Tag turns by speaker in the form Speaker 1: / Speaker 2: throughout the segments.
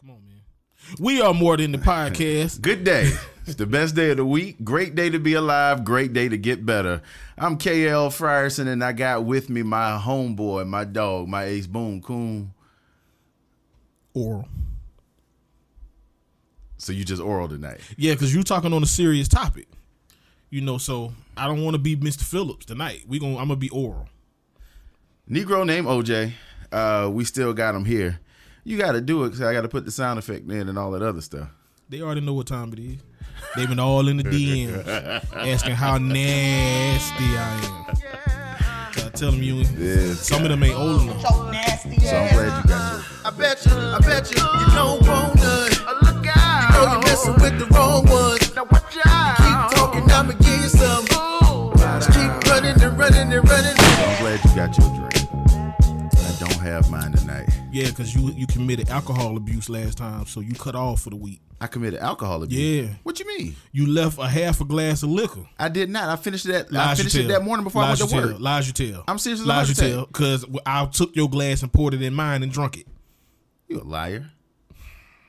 Speaker 1: Come on, man. We are more than the podcast.
Speaker 2: Good day. It's the best day of the week. Great day to be alive. Great day to get better. I'm KL Frierson, and I got with me my homeboy, my dog, my ace boom coon.
Speaker 1: Oral.
Speaker 2: So you just oral tonight.
Speaker 1: Yeah, because you're talking on a serious topic. You know, so I don't want to be Mr. Phillips tonight. We going to I'm gonna be oral.
Speaker 2: Negro named OJ. Uh, we still got him here. You got to do it because I got to put the sound effect in and all that other stuff.
Speaker 1: They already know what time it is. They've been all in the DMs asking how nasty I am. So I tell them you
Speaker 2: Yes,
Speaker 1: some of them ain't old enough.
Speaker 3: So nasty
Speaker 2: So I'm
Speaker 3: ass.
Speaker 2: glad you got it.
Speaker 4: I bet you, I bet you, you don't want none. Look out. You know you're messing with the wrong ones. Now watch out. Keep talking, I'ma give you some. Just keep running and running and running.
Speaker 2: So I'm glad you got your drink. I don't have mine tonight.
Speaker 1: Yeah, because you you committed alcohol abuse last time, so you cut off for the week.
Speaker 2: I committed alcohol abuse.
Speaker 1: Yeah.
Speaker 2: What you mean?
Speaker 1: You left a half a glass of liquor.
Speaker 2: I did not. I finished that. I
Speaker 1: Lies you
Speaker 2: finished it
Speaker 1: tell.
Speaker 2: that morning before
Speaker 1: Lies
Speaker 2: I went to
Speaker 1: you
Speaker 2: work.
Speaker 1: tell. Lies you tell.
Speaker 2: I'm serious as a
Speaker 1: Lies you
Speaker 2: motherfucker.
Speaker 1: tell. Because I took your glass and poured it in mine and drunk it.
Speaker 2: You a liar.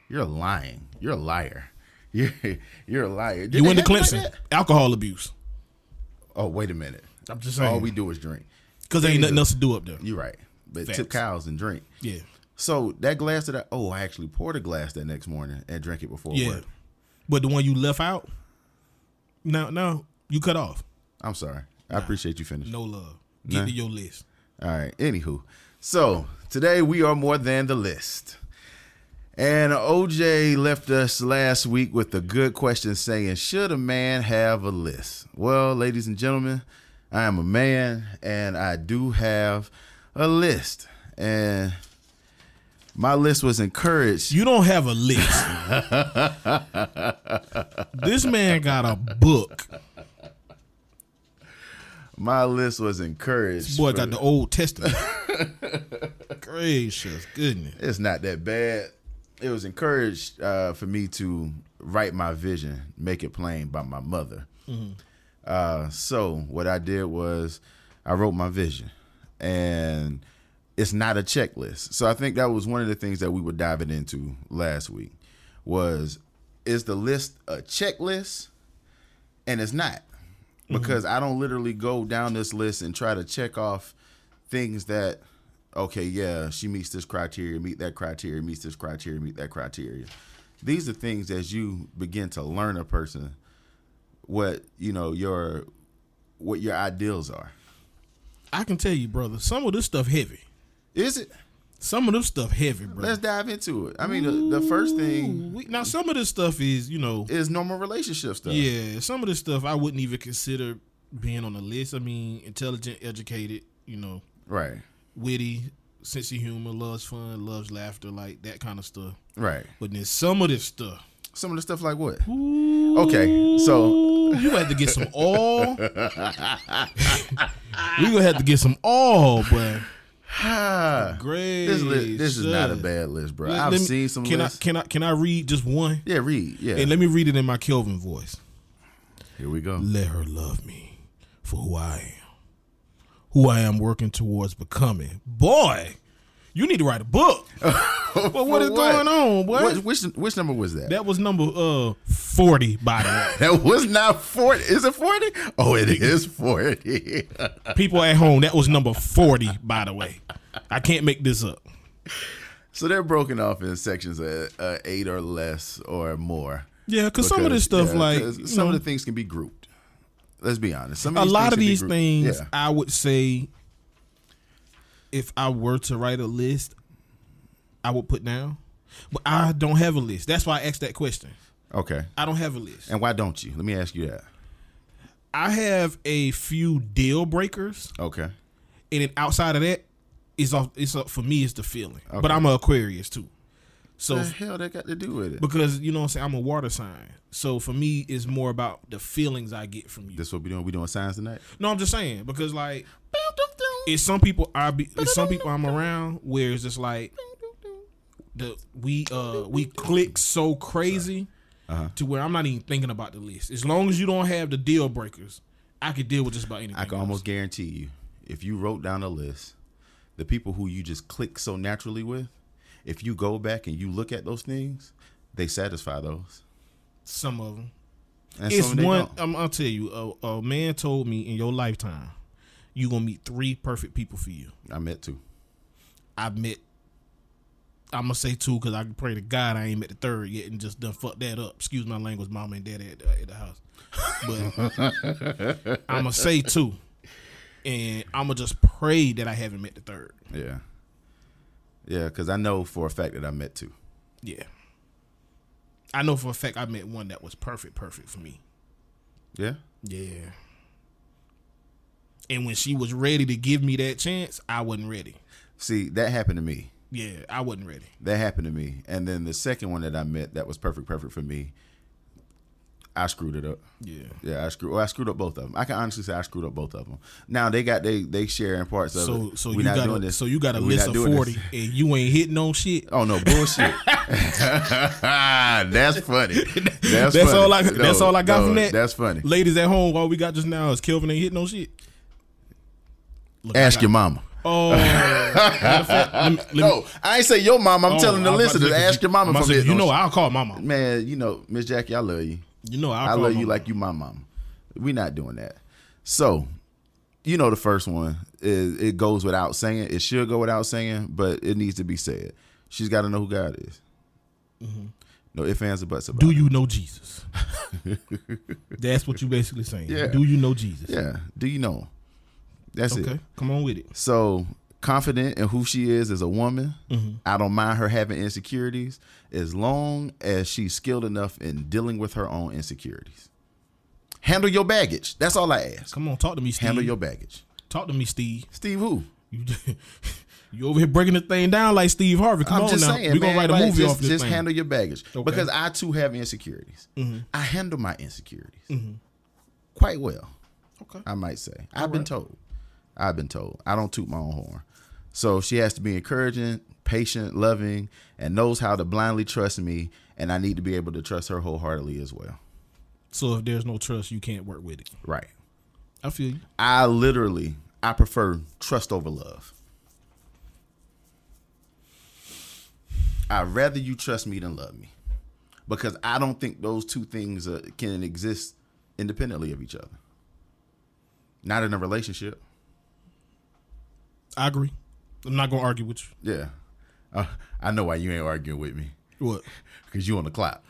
Speaker 2: You're lying. You're a liar. You're you're a liar. Did
Speaker 1: You
Speaker 2: they
Speaker 1: went to
Speaker 2: have it like
Speaker 1: Clemson.
Speaker 2: that?
Speaker 1: alcohol abuse. Oh,
Speaker 2: oh wait a minute.
Speaker 1: I'm just
Speaker 2: All
Speaker 1: saying.
Speaker 2: we do is drink.
Speaker 1: Because ain't nothing
Speaker 2: Yeah.
Speaker 1: else to do up there.
Speaker 2: You're right. But tip
Speaker 1: Facts.
Speaker 2: cows and drink.
Speaker 1: Yeah.
Speaker 2: So that glass that I oh I actually poured a glass that next morning and drank it before
Speaker 1: Yeah.
Speaker 2: work.
Speaker 1: But the one you left out, no, no, you cut off.
Speaker 2: I'm sorry. I appreciate you finishing.
Speaker 1: No love. Get
Speaker 2: Nah.
Speaker 1: to your list.
Speaker 2: All right. Anywho, so today we are more than the list. And OJ left us last week with a good question saying, Should a man have a list? Well, ladies and gentlemen, I am a man and I do have a list. And my list was encouraged.
Speaker 1: You don't have a list. this man got a book.
Speaker 2: My list was encouraged.
Speaker 1: Boy,
Speaker 2: for-
Speaker 1: got the Old Testament. Gracious goodness.
Speaker 2: it's not that bad. It was encouraged uh, for me to write my vision, make it plain by my mother. Uh, so what I did was I wrote my vision, and it's not a checklist. So I think that was one of the things that we were diving into last week was is the list a checklist, and it's not because I don't literally go down this list and try to check off things that okay, yeah, she meets this criteria, meet that criteria, meets this criteria, meet that criteria. These are things as you begin to learn a person what, you know, your what your ideals are.
Speaker 1: I can tell you, brother, some of this stuff heavy.
Speaker 2: Is it?
Speaker 1: Some of this stuff heavy, brother.
Speaker 2: Let's dive into it. I mean, the, the first
Speaker 1: Ooh,
Speaker 2: thing
Speaker 1: we- now, some of this stuff is, you know,
Speaker 2: is normal relationship stuff.
Speaker 1: yeah, some of this stuff I wouldn't even consider being on the list. I mean, intelligent, educated, you know,
Speaker 2: Right.
Speaker 1: witty, sense of humor, loves fun, loves laughter, like that kind of stuff.
Speaker 2: Right.
Speaker 1: But then some of this stuff,
Speaker 2: Some of the stuff like what? Okay. So
Speaker 1: ooh, you had to get some all. we gonna have to get some all, but
Speaker 2: ah,
Speaker 1: great.
Speaker 2: this list, this is not a bad list, bro. I've seen some
Speaker 1: Can
Speaker 2: lists.
Speaker 1: I can I can I read just one?
Speaker 2: yeah, read. Yeah.
Speaker 1: And let me read it in my Kelvin voice.
Speaker 2: Here we go.
Speaker 1: Let her love me for who I am, who I am working towards becoming. Boy, you need to write a book.
Speaker 2: Well,
Speaker 1: what is going on, boy?
Speaker 2: which which number was that?
Speaker 1: That was number uh forty, by the way.
Speaker 2: That was not 40. Is it 40? Oh, it is 40.
Speaker 1: People at home, that was number forty, by the way. I can't make this up.
Speaker 2: so they're broken off in sections of uh, eight or less or more.
Speaker 1: Yeah, because some of this
Speaker 2: Because,
Speaker 1: stuff,
Speaker 2: yeah,
Speaker 1: like
Speaker 2: 'cause
Speaker 1: you
Speaker 2: some
Speaker 1: know,
Speaker 2: of the things can be grouped. Let's be honest. Some
Speaker 1: a
Speaker 2: of these
Speaker 1: lot of
Speaker 2: things
Speaker 1: these
Speaker 2: can be grouped.
Speaker 1: things,
Speaker 2: Yeah.
Speaker 1: I would say, if I were to write a list, I would put down. But I don't have a list. That's why I asked that question.
Speaker 2: Okay.
Speaker 1: I don't have a list.
Speaker 2: And why don't you? Let me ask you that.
Speaker 1: I have a few deal breakers,
Speaker 2: Okay.
Speaker 1: and then outside of that, it's off. It's up for me. It's the feeling. But I'm a Aquarius too, so
Speaker 2: What the hell that got to do with it?
Speaker 1: because you know what I'm saying I'm a water sign. So for me, it's more about the feelings I get from you.
Speaker 2: This what we doing? We doing science tonight?
Speaker 1: No, I'm just saying because like it's some people I be it's some people I'm around where it's just like the we uh we click so crazy
Speaker 2: Uh-huh.
Speaker 1: to where I'm not even thinking about the list. As long as you don't have the deal breakers, I could deal with just about anything.
Speaker 2: I can
Speaker 1: else.
Speaker 2: almost guarantee you, if you wrote down a list, the people who you just click so naturally with, if you go back and you look at those things, they satisfy those.
Speaker 1: Some of them.
Speaker 2: And
Speaker 1: it's
Speaker 2: some they
Speaker 1: one.
Speaker 2: don't.
Speaker 1: I'm, I'll tell you. A, a man told me in your lifetime, you gonna meet three perfect people for you.
Speaker 2: I met two.
Speaker 1: I've met. I'm gonna say two because I can pray to God I ain't met the third yet and just done fucked that up. Excuse my language, mama and daddy at the, at the house. But I'm gonna say two, and I'm gonna just pray that I haven't met the third.
Speaker 2: Yeah. Yeah, because I know for a fact that I met two.
Speaker 1: Yeah. I know for a fact I met one that was perfect, perfect for me.
Speaker 2: Yeah.
Speaker 1: Yeah. And when she was ready to give me that chance, I wasn't ready.
Speaker 2: See, that happened to me.
Speaker 1: Yeah, I wasn't ready.
Speaker 2: That happened to me. And then the second one that I met that was perfect, perfect for me, I screwed it up.
Speaker 1: Yeah.
Speaker 2: Yeah, I screwed. Well, I screwed up both of them. I can honestly say I screwed up both of them. Now they got they they sharing parts of
Speaker 1: So
Speaker 2: it.
Speaker 1: so
Speaker 2: We're
Speaker 1: you
Speaker 2: not
Speaker 1: got
Speaker 2: doing
Speaker 1: a,
Speaker 2: this.
Speaker 1: so you got a
Speaker 2: We're
Speaker 1: list
Speaker 2: not
Speaker 1: of
Speaker 2: doing this.
Speaker 1: forty and you ain't hitting no shit.
Speaker 2: Oh no, bullshit. that's funny. That's,
Speaker 1: That's
Speaker 2: funny.
Speaker 1: all I- that's all I got from that.
Speaker 2: That's funny.
Speaker 1: Ladies at home, all we got just now is Kelvin ain't hitting no shit. Look, I
Speaker 2: Ask
Speaker 1: got-
Speaker 2: your mama.
Speaker 1: Oh, matter of fact, let me- let me-
Speaker 2: No, I ain't say your mama. I'm
Speaker 1: oh,
Speaker 2: telling the
Speaker 1: I was about to
Speaker 2: listeners.
Speaker 1: say,
Speaker 2: Ask your
Speaker 1: I'm
Speaker 2: mama.
Speaker 1: about to
Speaker 2: From
Speaker 1: say,
Speaker 2: it.
Speaker 1: You know, I'll call mama.
Speaker 2: man, you know, Miss Jackie, I love you.
Speaker 1: You know, I'll
Speaker 2: I
Speaker 1: call
Speaker 2: love you
Speaker 1: mama.
Speaker 2: like you my mama. We not doing that. So, you know, the first one is it goes without saying. It should go without saying, but it needs to be said. She's got to know who God is. No ifs ands or buts about.
Speaker 1: Mm-hmm. Do
Speaker 2: it.
Speaker 1: you know Jesus? That's what you basically saying.
Speaker 2: Yeah.
Speaker 1: Do you know Jesus?
Speaker 2: Yeah. Do you know? Him? That's it.
Speaker 1: Okay, come on with it.
Speaker 2: So confident in who she is as a woman.
Speaker 1: Mm-hmm.
Speaker 2: I don't mind her having insecurities as long as she's skilled enough in dealing with her own insecurities. Handle your baggage. That's all I ask.
Speaker 1: Come on, talk to me, Steve.
Speaker 2: Handle your baggage.
Speaker 1: talk to me, Steve.
Speaker 2: Steve, who?
Speaker 1: You, you over here breaking the thing down like Steve Harvey. Come
Speaker 2: I'm
Speaker 1: on
Speaker 2: just
Speaker 1: now,
Speaker 2: saying,
Speaker 1: we're
Speaker 2: man,
Speaker 1: gonna write a
Speaker 2: like,
Speaker 1: movie
Speaker 2: just,
Speaker 1: off this
Speaker 2: Just
Speaker 1: thing.
Speaker 2: handle your baggage
Speaker 1: Okay. Mm-hmm.
Speaker 2: because I too have insecurities. I handle my insecurities quite well,
Speaker 1: okay,
Speaker 2: I might say. I've been told. I've been told. I don't toot my own horn. So she has to be encouraging, patient, loving, and knows how to blindly trust me. And I need to be able to trust her wholeheartedly as well.
Speaker 1: so if there's no trust, you can't work with it.
Speaker 2: Right.
Speaker 1: I feel you.
Speaker 2: I literally, I prefer trust over love. I'd rather you trust me than love me, because I don't think those two things uh, can exist independently of each other. Not in a relationship.
Speaker 1: I agree. I'm not gonna argue with you.
Speaker 2: Yeah, uh, I know why you ain't arguing with me,
Speaker 1: What?
Speaker 2: because you on the clock.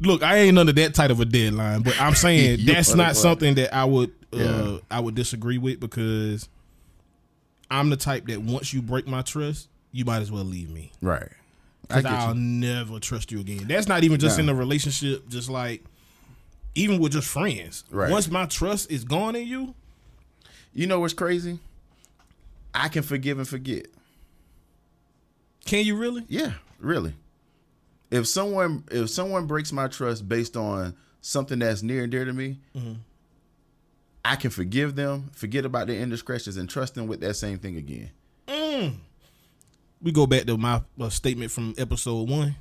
Speaker 1: Look, I ain't under that type of a deadline, but I'm saying
Speaker 2: You
Speaker 1: that's
Speaker 2: on the
Speaker 1: not
Speaker 2: clock.
Speaker 1: something that I would uh,
Speaker 2: Yeah.
Speaker 1: I would disagree with because I'm the type that once you break my trust, you might as well leave me.
Speaker 2: right. I
Speaker 1: Cause
Speaker 2: get
Speaker 1: I'll
Speaker 2: you.
Speaker 1: never trust you again. That's not even just
Speaker 2: Nah.
Speaker 1: in a relationship, just like even with just friends.
Speaker 2: Right.
Speaker 1: Once my trust is gone in you,
Speaker 2: You know what's crazy? I can forgive and forget.
Speaker 1: can you really?
Speaker 2: Yeah, really. If someone if someone breaks my trust based on something that's near and dear to me, I can forgive them, forget about their indiscretions, and trust them with that same thing again.
Speaker 1: We go back to my uh, statement from episode one.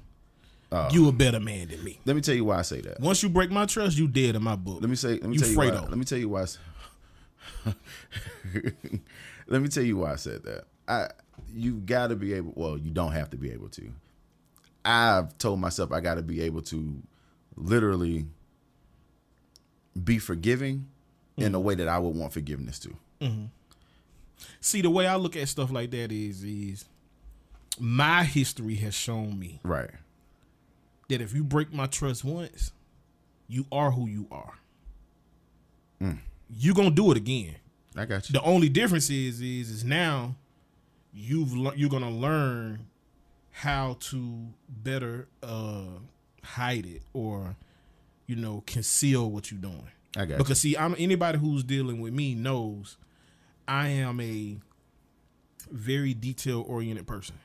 Speaker 2: Uh.
Speaker 1: you a better man than me.
Speaker 2: Let me tell you why I say that.
Speaker 1: Once you break my trust, you dead in my book.
Speaker 2: Let me say. Let me
Speaker 1: You
Speaker 2: tell you why.
Speaker 1: Fredo.
Speaker 2: Let me tell you why. I s- let me tell you why I said that. I you got to be able. Well, you don't have to be able to. I've told myself I got to be able to, literally, be forgiving
Speaker 1: Mm.
Speaker 2: in a way that I would want forgiveness to.
Speaker 1: See, the way I look at stuff like that is, is my history has shown me
Speaker 2: Right.
Speaker 1: that if you break my trust once, you are who you are.
Speaker 2: Mm.
Speaker 1: You gonna do it again.
Speaker 2: I got you.
Speaker 1: The only difference is is is now you've lear- you're gonna learn how to better uh hide it or you know conceal what you're doing.
Speaker 2: I got
Speaker 1: Because see, I'm anybody who's dealing with me knows I am a very detail oriented person.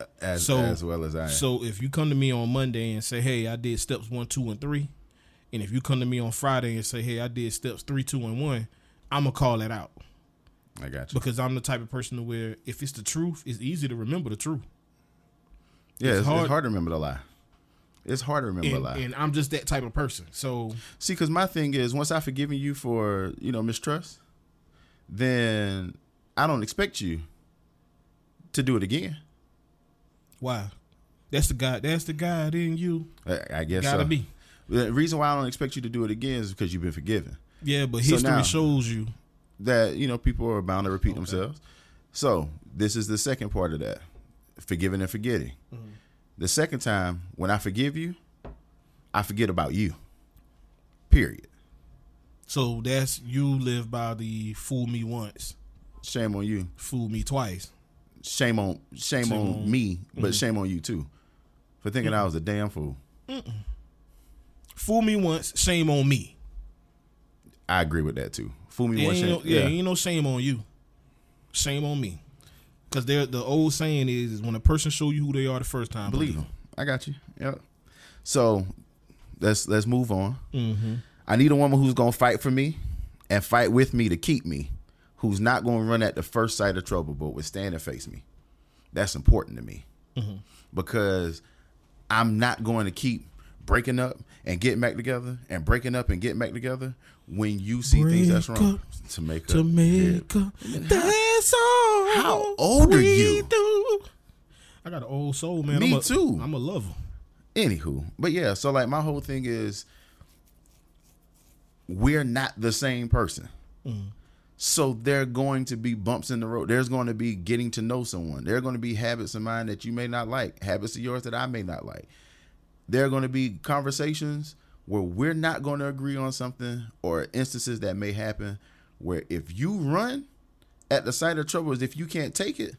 Speaker 2: you. As,
Speaker 1: so-
Speaker 2: as well as I. am.
Speaker 1: So if you come to me on Monday and say, "Hey, I did steps one, two, and three, and if you come to me on Friday and say, "Hey, I did steps three, two, and one," I'm gonna call that out
Speaker 2: I got you.
Speaker 1: because I'm the type of person to where if it's the truth, it's easy to remember the truth.
Speaker 2: Yeah, it's, it's hard.
Speaker 1: hard-
Speaker 2: to remember the lie. It's hard to remember a
Speaker 1: And,
Speaker 2: lie.
Speaker 1: and I'm just that type of person. So
Speaker 2: See, because my thing is, once I've forgiven you for you know mistrust, then I don't expect you to do it again.
Speaker 1: Why? That's the God. That's the God in you.
Speaker 2: I, I guess
Speaker 1: Gotta
Speaker 2: so.
Speaker 1: be.
Speaker 2: The reason why I don't expect you to do it again is because you've been forgiven.
Speaker 1: Yeah, but
Speaker 2: So
Speaker 1: history
Speaker 2: now-
Speaker 1: shows you.
Speaker 2: That you know people are bound to repeat themselves. So this is the second part of that: forgiving and forgetting.
Speaker 1: Mm-hmm.
Speaker 2: The second time when I forgive you, I forget about you. Period.
Speaker 1: So that's you live by the fool me once,
Speaker 2: Shame on you.
Speaker 1: fool me twice.
Speaker 2: Shame on shame, on, me, but shame on you too for thinking I was a damn fool.
Speaker 1: Fool me once, shame on me.
Speaker 2: I agree with that too. Fool me
Speaker 1: There
Speaker 2: once,
Speaker 1: ain't
Speaker 2: shame.
Speaker 1: no, yeah, ain't no shame on you. Shame on me. Cause there, the old saying is, when a person show you who they are the first time,
Speaker 2: believe him. I got you. Yep. So let's let's move on. I need a woman who's gonna fight for me and fight with me to keep me, who's not gonna run at the first sight of trouble, but would stand and face me. That's important to me because I'm not going to keep breaking up and getting back together and breaking up and getting back together when you see things that's
Speaker 1: Break
Speaker 2: wrong. To make up. yeah.
Speaker 1: That's all.
Speaker 2: how old are
Speaker 1: we
Speaker 2: you?
Speaker 1: do. I got an old soul, man.
Speaker 2: Me
Speaker 1: I'm a,
Speaker 2: too.
Speaker 1: I'm a lover.
Speaker 2: anywho but yeah so like my whole thing is we're not the same person so there are going to be bumps in the road there's going to be getting to know someone there are going to be habits of mine that you may not like habits of yours that i may not like there are going to be conversations where we're not going to agree on something or instances that may happen where if you run at the sight of trouble is if you can't take it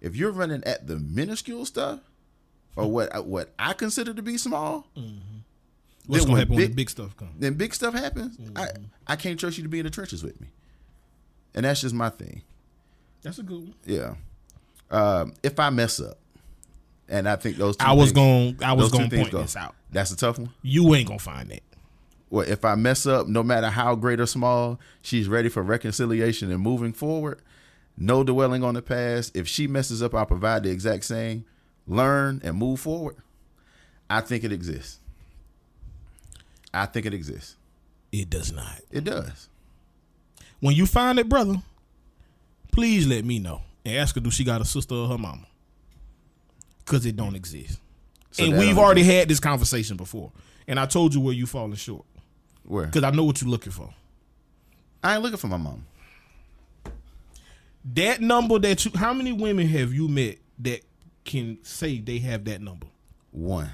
Speaker 2: if you're running at the minuscule stuff or what I- what I consider to be small,
Speaker 1: What's
Speaker 2: Then
Speaker 1: gonna
Speaker 2: when
Speaker 1: happen when
Speaker 2: big-
Speaker 1: the big stuff comes?
Speaker 2: then big stuff happens. I
Speaker 1: Mm-hmm.
Speaker 2: I can't trust you to be in the trenches with me, and that's just my thing.
Speaker 1: That's a good one.
Speaker 2: Yeah, um, if I mess up, and I think those two
Speaker 1: I was
Speaker 2: things-
Speaker 1: going. I was
Speaker 2: those two
Speaker 1: going to
Speaker 2: things
Speaker 1: point
Speaker 2: go.
Speaker 1: this out.
Speaker 2: That's a tough one.
Speaker 1: You ain't gonna find that.
Speaker 2: Well, if I mess up, no matter how great or small, she's ready for reconciliation and moving forward. No dwelling on the past. If she messes up, I'll provide the exact same. Learn and move forward. I think it exists. I think it exists.
Speaker 1: It does not.
Speaker 2: It does.
Speaker 1: When you find it, brother, please let me know and ask her do she got a sister or her mama, because it don't exist.
Speaker 2: So
Speaker 1: and
Speaker 2: that
Speaker 1: we've
Speaker 2: don't
Speaker 1: already had this conversation before, and I told you where you falling short
Speaker 2: Where?
Speaker 1: because I know what you're looking for.
Speaker 2: I ain't looking for my mom.
Speaker 1: That number that you, how many women have you met that can say they have that number?
Speaker 2: One.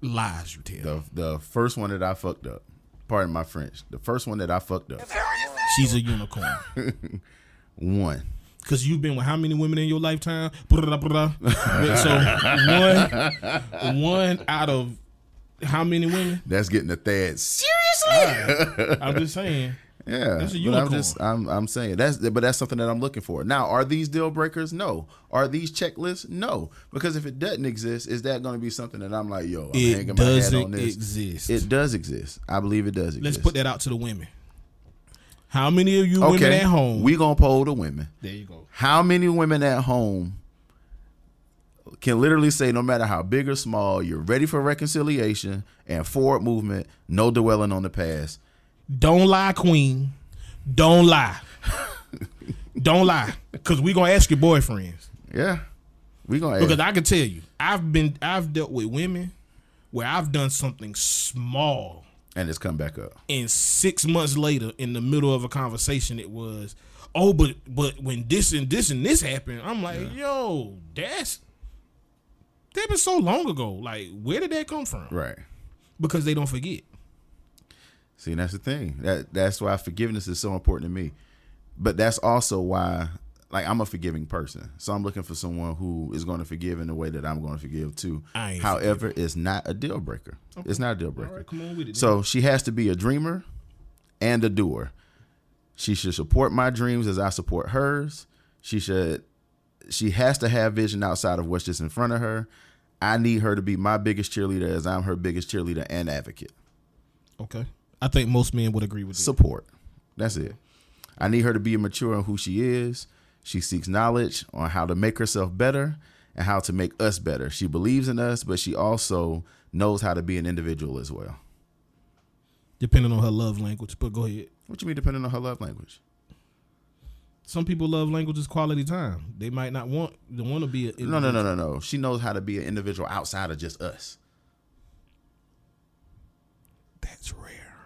Speaker 1: Lies you tell.
Speaker 2: The the first one that I fucked up. Pardon my French. The first one that I fucked up.
Speaker 1: She's a unicorn.
Speaker 2: One.
Speaker 1: Cause you've been with how many women in your lifetime? Blah, blah, blah. so one, one out of how many women?
Speaker 2: That's getting a thad. Seriously?
Speaker 1: I'm just saying. a
Speaker 2: Yeah, but I'm
Speaker 1: unicorn.
Speaker 2: just I'm I'm saying that's but that's something that I'm looking for. Now, are these deal breakers? No. Are these checklists? No. Because if it doesn't exist, is that going to be something that I'm like, yo, I'm hanging
Speaker 1: It
Speaker 2: my head on
Speaker 1: doesn't
Speaker 2: this?
Speaker 1: exist.
Speaker 2: It does exist. I believe it does exist.
Speaker 1: Let's put that out to the women. How many of you
Speaker 2: okay.
Speaker 1: women at home?
Speaker 2: We gonna poll the women.
Speaker 1: there you go.
Speaker 2: How many women at home can literally say, no matter how big or small, you're ready for reconciliation and forward movement, no dwelling on the past.
Speaker 1: Don't lie, queen. Don't lie. Don't lie. Cause we gonna ask your boyfriends.
Speaker 2: Yeah, we gonna ask.
Speaker 1: Because I can tell you, I've been I've dealt with women where I've done something small
Speaker 2: and it's come back up.
Speaker 1: and six months later in the middle of a conversation it was, oh, but but when this and this and this happened, I'm like, yo, that's that happened so long ago. Like, where did that come from?
Speaker 2: Right.
Speaker 1: Because they don't forget.
Speaker 2: See, and that's the thing. That that's why forgiveness is so important to me. But that's also why like I'm a forgiving person. So I'm looking for someone who is going to forgive in the way that I'm going to forgive too.
Speaker 1: I ain't
Speaker 2: However, it's not a deal breaker. It's not a deal breaker.
Speaker 1: come on with it.
Speaker 2: So she has to be a dreamer and a doer. She should support my dreams as I support hers. She should she has to have vision outside of what's just in front of her. I need her to be my biggest cheerleader as I'm her biggest cheerleader and advocate
Speaker 1: okay. I think most men would agree with that.
Speaker 2: support. That's it. I need her to be mature in who she is. She seeks knowledge on how to make herself better and how to make us better. She believes in us, but she also knows how to be an individual as well.
Speaker 1: depending on her love language. But go ahead.
Speaker 2: What you mean, depending on her love language?
Speaker 1: Some people love languages quality time. They might not want the want to be. A
Speaker 2: No, no, no, no, no. She knows how to be an individual outside of just us.
Speaker 1: That's rare.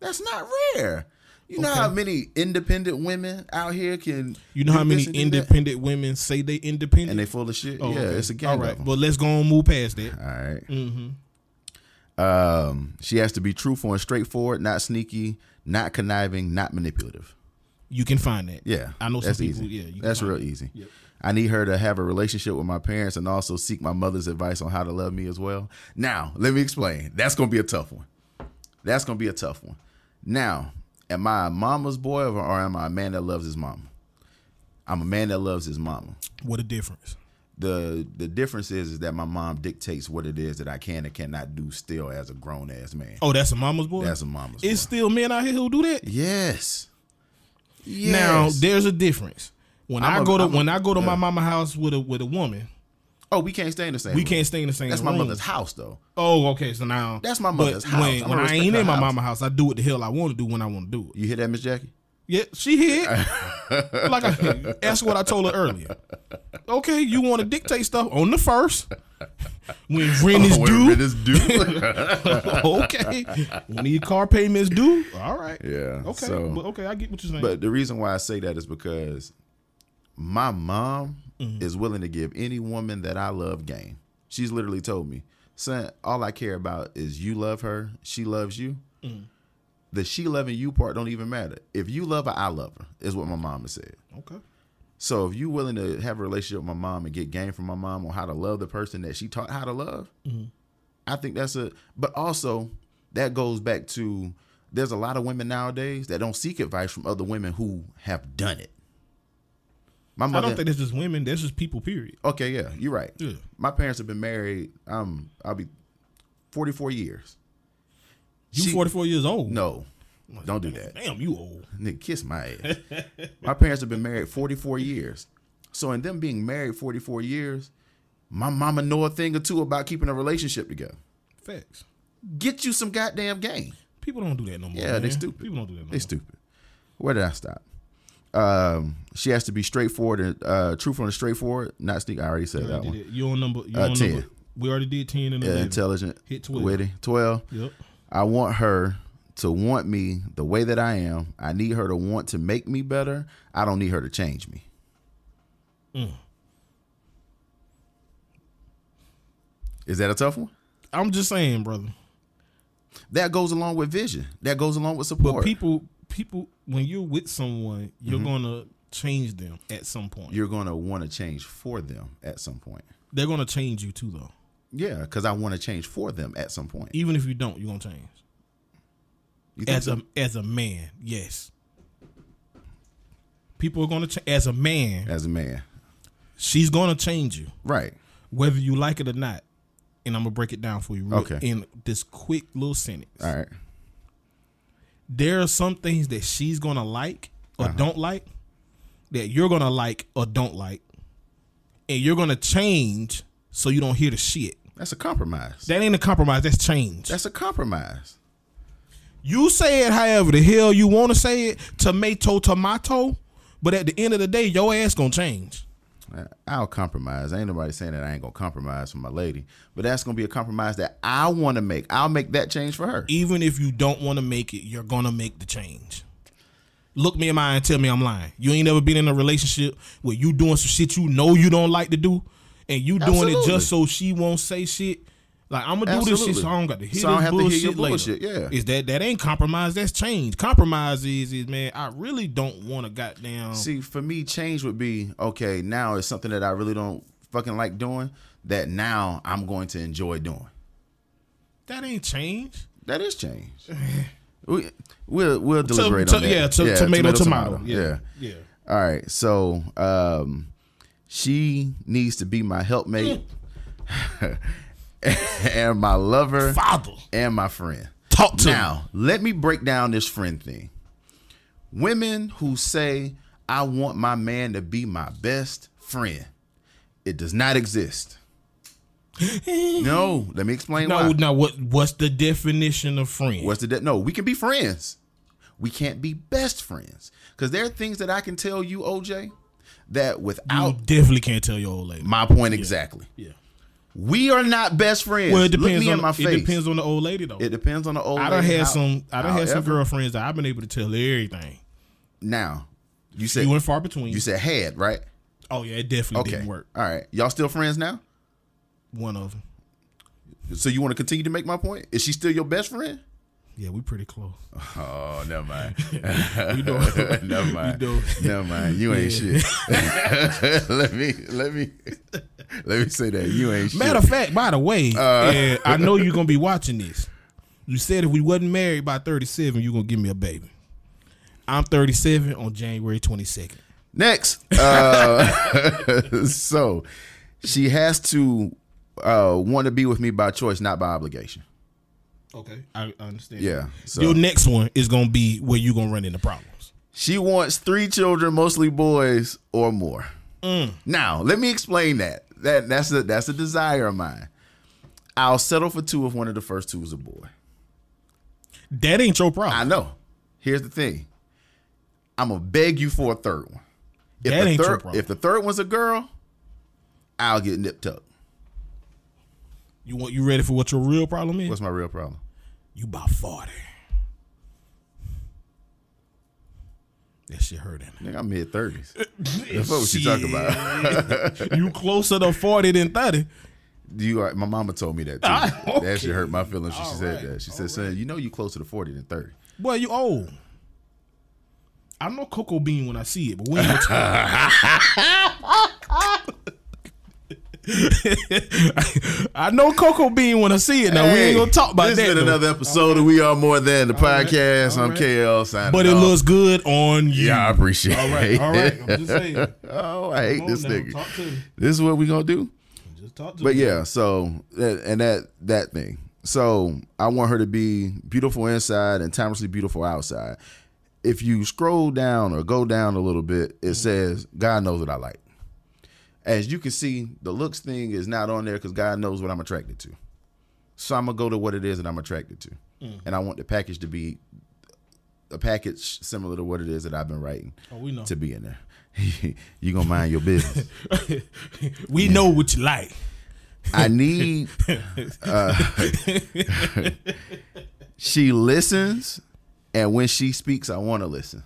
Speaker 2: That's not rare. You know how many independent women out here can.
Speaker 1: You know
Speaker 2: do
Speaker 1: how many
Speaker 2: this and do that?
Speaker 1: independent women say they independent?
Speaker 2: And they full of shit.
Speaker 1: Oh,
Speaker 2: yeah,
Speaker 1: okay.
Speaker 2: it's a gang.
Speaker 1: All
Speaker 2: of
Speaker 1: right, mm-hmm.
Speaker 2: them.
Speaker 1: but let's go on and move past that.
Speaker 2: All right. Um, she has to be truthful and straightforward, not sneaky, not conniving, not manipulative.
Speaker 1: You can find that.
Speaker 2: Yeah,
Speaker 1: I know some
Speaker 2: that's
Speaker 1: people.
Speaker 2: easy.
Speaker 1: Yeah, you can
Speaker 2: that's
Speaker 1: find
Speaker 2: real
Speaker 1: that.
Speaker 2: easy. I need her to have a relationship with my parents and also seek my mother's advice on how to love me as well. Now, let me explain. That's gonna be a tough one. That's gonna be a tough one. Now, am I a mama's boy or, or am I a man that loves his mama? I'm a man that loves his mama.
Speaker 1: What a difference.
Speaker 2: the The difference is, is that my mom dictates what it is that I can and cannot do still as a grown ass man.
Speaker 1: Oh, that's a mama's boy.
Speaker 2: That's a mama's
Speaker 1: It's
Speaker 2: boy.
Speaker 1: still men out here who do that.
Speaker 2: Yes. yes.
Speaker 1: Now there's a difference. When i
Speaker 2: I'm a-
Speaker 1: go to
Speaker 2: I'm a-
Speaker 1: when I go to my
Speaker 2: yeah.
Speaker 1: mama house with a with a woman,
Speaker 2: oh, we can't stay in the same.
Speaker 1: we
Speaker 2: room.
Speaker 1: can't stay in the same.
Speaker 2: That's my
Speaker 1: room.
Speaker 2: mother's house, though.
Speaker 1: Oh, okay. So now
Speaker 2: That's my
Speaker 1: but
Speaker 2: mother's house.
Speaker 1: When,
Speaker 2: I'ma
Speaker 1: when I
Speaker 2: respect
Speaker 1: ain't
Speaker 2: her
Speaker 1: in my
Speaker 2: house.
Speaker 1: mama house, I do what the hell I want to do when I want to do it.
Speaker 2: You hear that, Miss Jackie?
Speaker 1: Yeah, she hid. like I, that's what I told her earlier. Okay, you want to dictate stuff on the first when rent is
Speaker 2: Oh, wait a minute,
Speaker 1: due.
Speaker 2: it's due.
Speaker 1: okay, when these car payments due. All right.
Speaker 2: yeah.
Speaker 1: Okay.
Speaker 2: so-
Speaker 1: but okay, I get what you're saying.
Speaker 2: but the reason why I say that is because my mom is willing to give any woman that I love game. She's literally told me, son, all I care about is you love her, she loves you. The she loving you part don't even matter. If you love her, I love her, is what my mom has said.
Speaker 1: okay.
Speaker 2: So if you willing to have a relationship with my mom and get game from my mom on how to love the person that she taught how to love,
Speaker 1: Mm-hmm.
Speaker 2: I think that's a. But also, that goes back to there's a lot of women nowadays that don't seek advice from other women who have done it. My
Speaker 1: I
Speaker 2: mother.
Speaker 1: don't think that's just women. That's just people. Period.
Speaker 2: okay, yeah, you're right.
Speaker 1: Yeah.
Speaker 2: My parents have been married. Um, I'll be 44 years.
Speaker 1: You
Speaker 2: She-
Speaker 1: 44 years old.
Speaker 2: No, don't do that.
Speaker 1: Damn, you old.
Speaker 2: Nigga, kiss my ass. my parents have been married 44 years. So in them being married 44 years, my mama know a thing or two about keeping a relationship together.
Speaker 1: Facts.
Speaker 2: Get you some goddamn game.
Speaker 1: People don't do that no more.
Speaker 2: Yeah, they
Speaker 1: man.
Speaker 2: stupid.
Speaker 1: People don't do that no
Speaker 2: They
Speaker 1: more.
Speaker 2: stupid. Where did I stop? Um, she has to be straightforward and uh, truthful and straightforward. Not sneak. I already said that
Speaker 1: Did
Speaker 2: one.
Speaker 1: it. You on number? You
Speaker 2: Uh,
Speaker 1: on
Speaker 2: 10.
Speaker 1: number? We already did 10 and
Speaker 2: Yeah,
Speaker 1: 11.
Speaker 2: intelligent.
Speaker 1: Hit 12.
Speaker 2: Witty. Twelve.
Speaker 1: Yep.
Speaker 2: I want her to want me the way that I am. I need her to want to make me better. I don't need her to change me.
Speaker 1: Mm.
Speaker 2: Is that a tough one?
Speaker 1: I'm just saying, brother.
Speaker 2: That goes along with vision. That goes along with
Speaker 1: But
Speaker 2: support.
Speaker 1: people, people, when you're with someone, you're
Speaker 2: Mm-hmm.
Speaker 1: gonna change them at some point.
Speaker 2: You're going to want to change for them at some point.
Speaker 1: They're gonna change you too, though.
Speaker 2: Yeah, because I want to change for them at some point.
Speaker 1: Even if you don't, you're gonna change.
Speaker 2: You think
Speaker 1: As
Speaker 2: so?
Speaker 1: a as a man, yes. People are gonna change. As a man,
Speaker 2: as a man,
Speaker 1: she's gonna change you,
Speaker 2: right?
Speaker 1: whether you like it or not. And I'm gonna break it down for you, real,
Speaker 2: Okay.
Speaker 1: In this quick little sentence,
Speaker 2: All right.
Speaker 1: there are some things that she's gonna like or
Speaker 2: Uh-huh.
Speaker 1: don't like that you're gonna like or don't like and you're gonna change so you don't hear the shit
Speaker 2: That's a compromise.
Speaker 1: that ain't a compromise that's change
Speaker 2: That's a compromise.
Speaker 1: you say it however the hell you want to say it tomato tomato but at the end of the day your ass gonna change
Speaker 2: I- I'll compromise. Ain't nobody saying that I ain't gonna compromise for my lady, but that's gonna be a compromise that I want to make. I'll make that change for her.
Speaker 1: even if you don't want to make it you're gonna make the change look me in my eye and tell me i'm lying you ain't never been in a relationship where you doing some shit you know you don't like to do and you doing it
Speaker 2: Absolutely.
Speaker 1: just so she won't say shit like i'm gonna do this shit so i don't got to hear
Speaker 2: So I don't
Speaker 1: this
Speaker 2: have to hear
Speaker 1: bullshit,
Speaker 2: your
Speaker 1: later.
Speaker 2: bullshit, yeah.
Speaker 1: is that that ain't compromise that's change compromise is is man i really don't want to goddamn
Speaker 2: See, for me, change would be okay. Now it's something that I really don't fucking like doing. That now I'm going to enjoy doing.
Speaker 1: that ain't change
Speaker 2: That is change. we we'll we'll deliberate
Speaker 1: to-
Speaker 2: on that.
Speaker 1: yeah, to- tomato, tomato. Yeah.
Speaker 2: yeah.
Speaker 1: yeah
Speaker 2: All right. So um, she needs to be my helpmate and my lover.
Speaker 1: father
Speaker 2: and my friend.
Speaker 1: talk to me.
Speaker 2: Now, let me break down this friend thing. Women who say, I want my man to be my best friend, it does not exist. no, let me explain
Speaker 1: now,
Speaker 2: why.
Speaker 1: now what what's the definition of friend
Speaker 2: What's the de- No, we can be friends. we can't be best friends because there are things that I can tell you, OJ, that
Speaker 1: You
Speaker 2: without
Speaker 1: definitely can't tell your old lady.
Speaker 2: my point exactly,
Speaker 1: yeah.
Speaker 2: we are not best friends.
Speaker 1: Well, it depends
Speaker 2: Look me
Speaker 1: on
Speaker 2: in my face.
Speaker 1: it depends on the old lady though.
Speaker 2: It depends on the old.
Speaker 1: I done
Speaker 2: lady,
Speaker 1: had
Speaker 2: how-
Speaker 1: some. I done had some
Speaker 2: however-
Speaker 1: girlfriends that I've been able to tell everything.
Speaker 2: Now, you said
Speaker 1: You went far between.
Speaker 2: you said had right.
Speaker 1: oh yeah, it definitely
Speaker 2: Okay.
Speaker 1: didn't work.
Speaker 2: All right. Y'all still friends now?
Speaker 1: One of them.
Speaker 2: So you want to continue to make my point? Is she still your best friend?
Speaker 1: Yeah, we pretty close.
Speaker 2: Oh, never mind.
Speaker 1: You know,
Speaker 2: never mind.
Speaker 1: You know.
Speaker 2: Never mind. You ain't shit. let me let me let me say that you ain't shit.
Speaker 1: Matter of fact, by the way,
Speaker 2: Uh.
Speaker 1: yeah, I know you're gonna be watching this. You said if we wasn't married by 37, you gonna give me a baby. I'm 37 on January 22nd.
Speaker 2: Next. Uh, so she has to uh, want to be with me by choice, not by obligation.
Speaker 1: Okay, I, I understand.
Speaker 2: Yeah. So
Speaker 1: Your next one is gonna be where you gonna run into problems.
Speaker 2: She wants three children, mostly boys or more. Now, let me explain that. That that's a that's a desire of mine. I'll settle for two if one of the first two is a boy.
Speaker 1: That ain't your
Speaker 2: I
Speaker 1: problem.
Speaker 2: know. Here's the thing. I'm gonna beg you for a third one. If
Speaker 1: That
Speaker 2: the
Speaker 1: ain't
Speaker 2: third,
Speaker 1: your problem.
Speaker 2: If the third one's a girl, I'll get nipped up.
Speaker 1: you want you ready for what your real problem is?
Speaker 2: What's my real problem?
Speaker 1: You about 40. That shit hurt in
Speaker 2: Nigga, I'm mid thirties.
Speaker 1: it.
Speaker 2: fuck what you talking
Speaker 1: about? you closer to 40 than 30.
Speaker 2: You are, my mama told me that too.
Speaker 1: Ah, okay.
Speaker 2: That shit hurt my feelings when she
Speaker 1: All
Speaker 2: said
Speaker 1: right.
Speaker 2: that. She said, son, you know you closer to forty than thirty.
Speaker 1: Boy, you old. I know cocoa bean when I see it, but when you talk. I know cocoa bean when I see it. Now we ain't gonna talk about
Speaker 2: this
Speaker 1: that.
Speaker 2: This been
Speaker 1: though.
Speaker 2: another episode of We Are More Than the podcast.
Speaker 1: all
Speaker 2: I'm
Speaker 1: right.
Speaker 2: KL signing
Speaker 1: but it
Speaker 2: off.
Speaker 1: looks good on you.
Speaker 2: Yeah, I appreciate
Speaker 1: All right,
Speaker 2: it.
Speaker 1: all right. I'm just saying. Come
Speaker 2: oh, I hate
Speaker 1: on
Speaker 2: this
Speaker 1: now,
Speaker 2: nigga.
Speaker 1: Talk to me.
Speaker 2: This is what we gonna do.
Speaker 1: Just talk to
Speaker 2: But
Speaker 1: me.
Speaker 2: yeah, so that, and that that thing. So I want her to be beautiful inside and timelessly beautiful outside. If you scroll down or go down a little bit, it says God knows what I like. As you can see, the looks thing is not on there because God knows what I'm attracted to. So I'm gonna go to what it is that I'm attracted to, and I want the package to be a package similar to what it is that I've been writing
Speaker 1: Oh, we know.
Speaker 2: to be in there. you gonna mind your business.
Speaker 1: we know what you like.
Speaker 2: I need. uh, she listens, and when she speaks, I want to listen.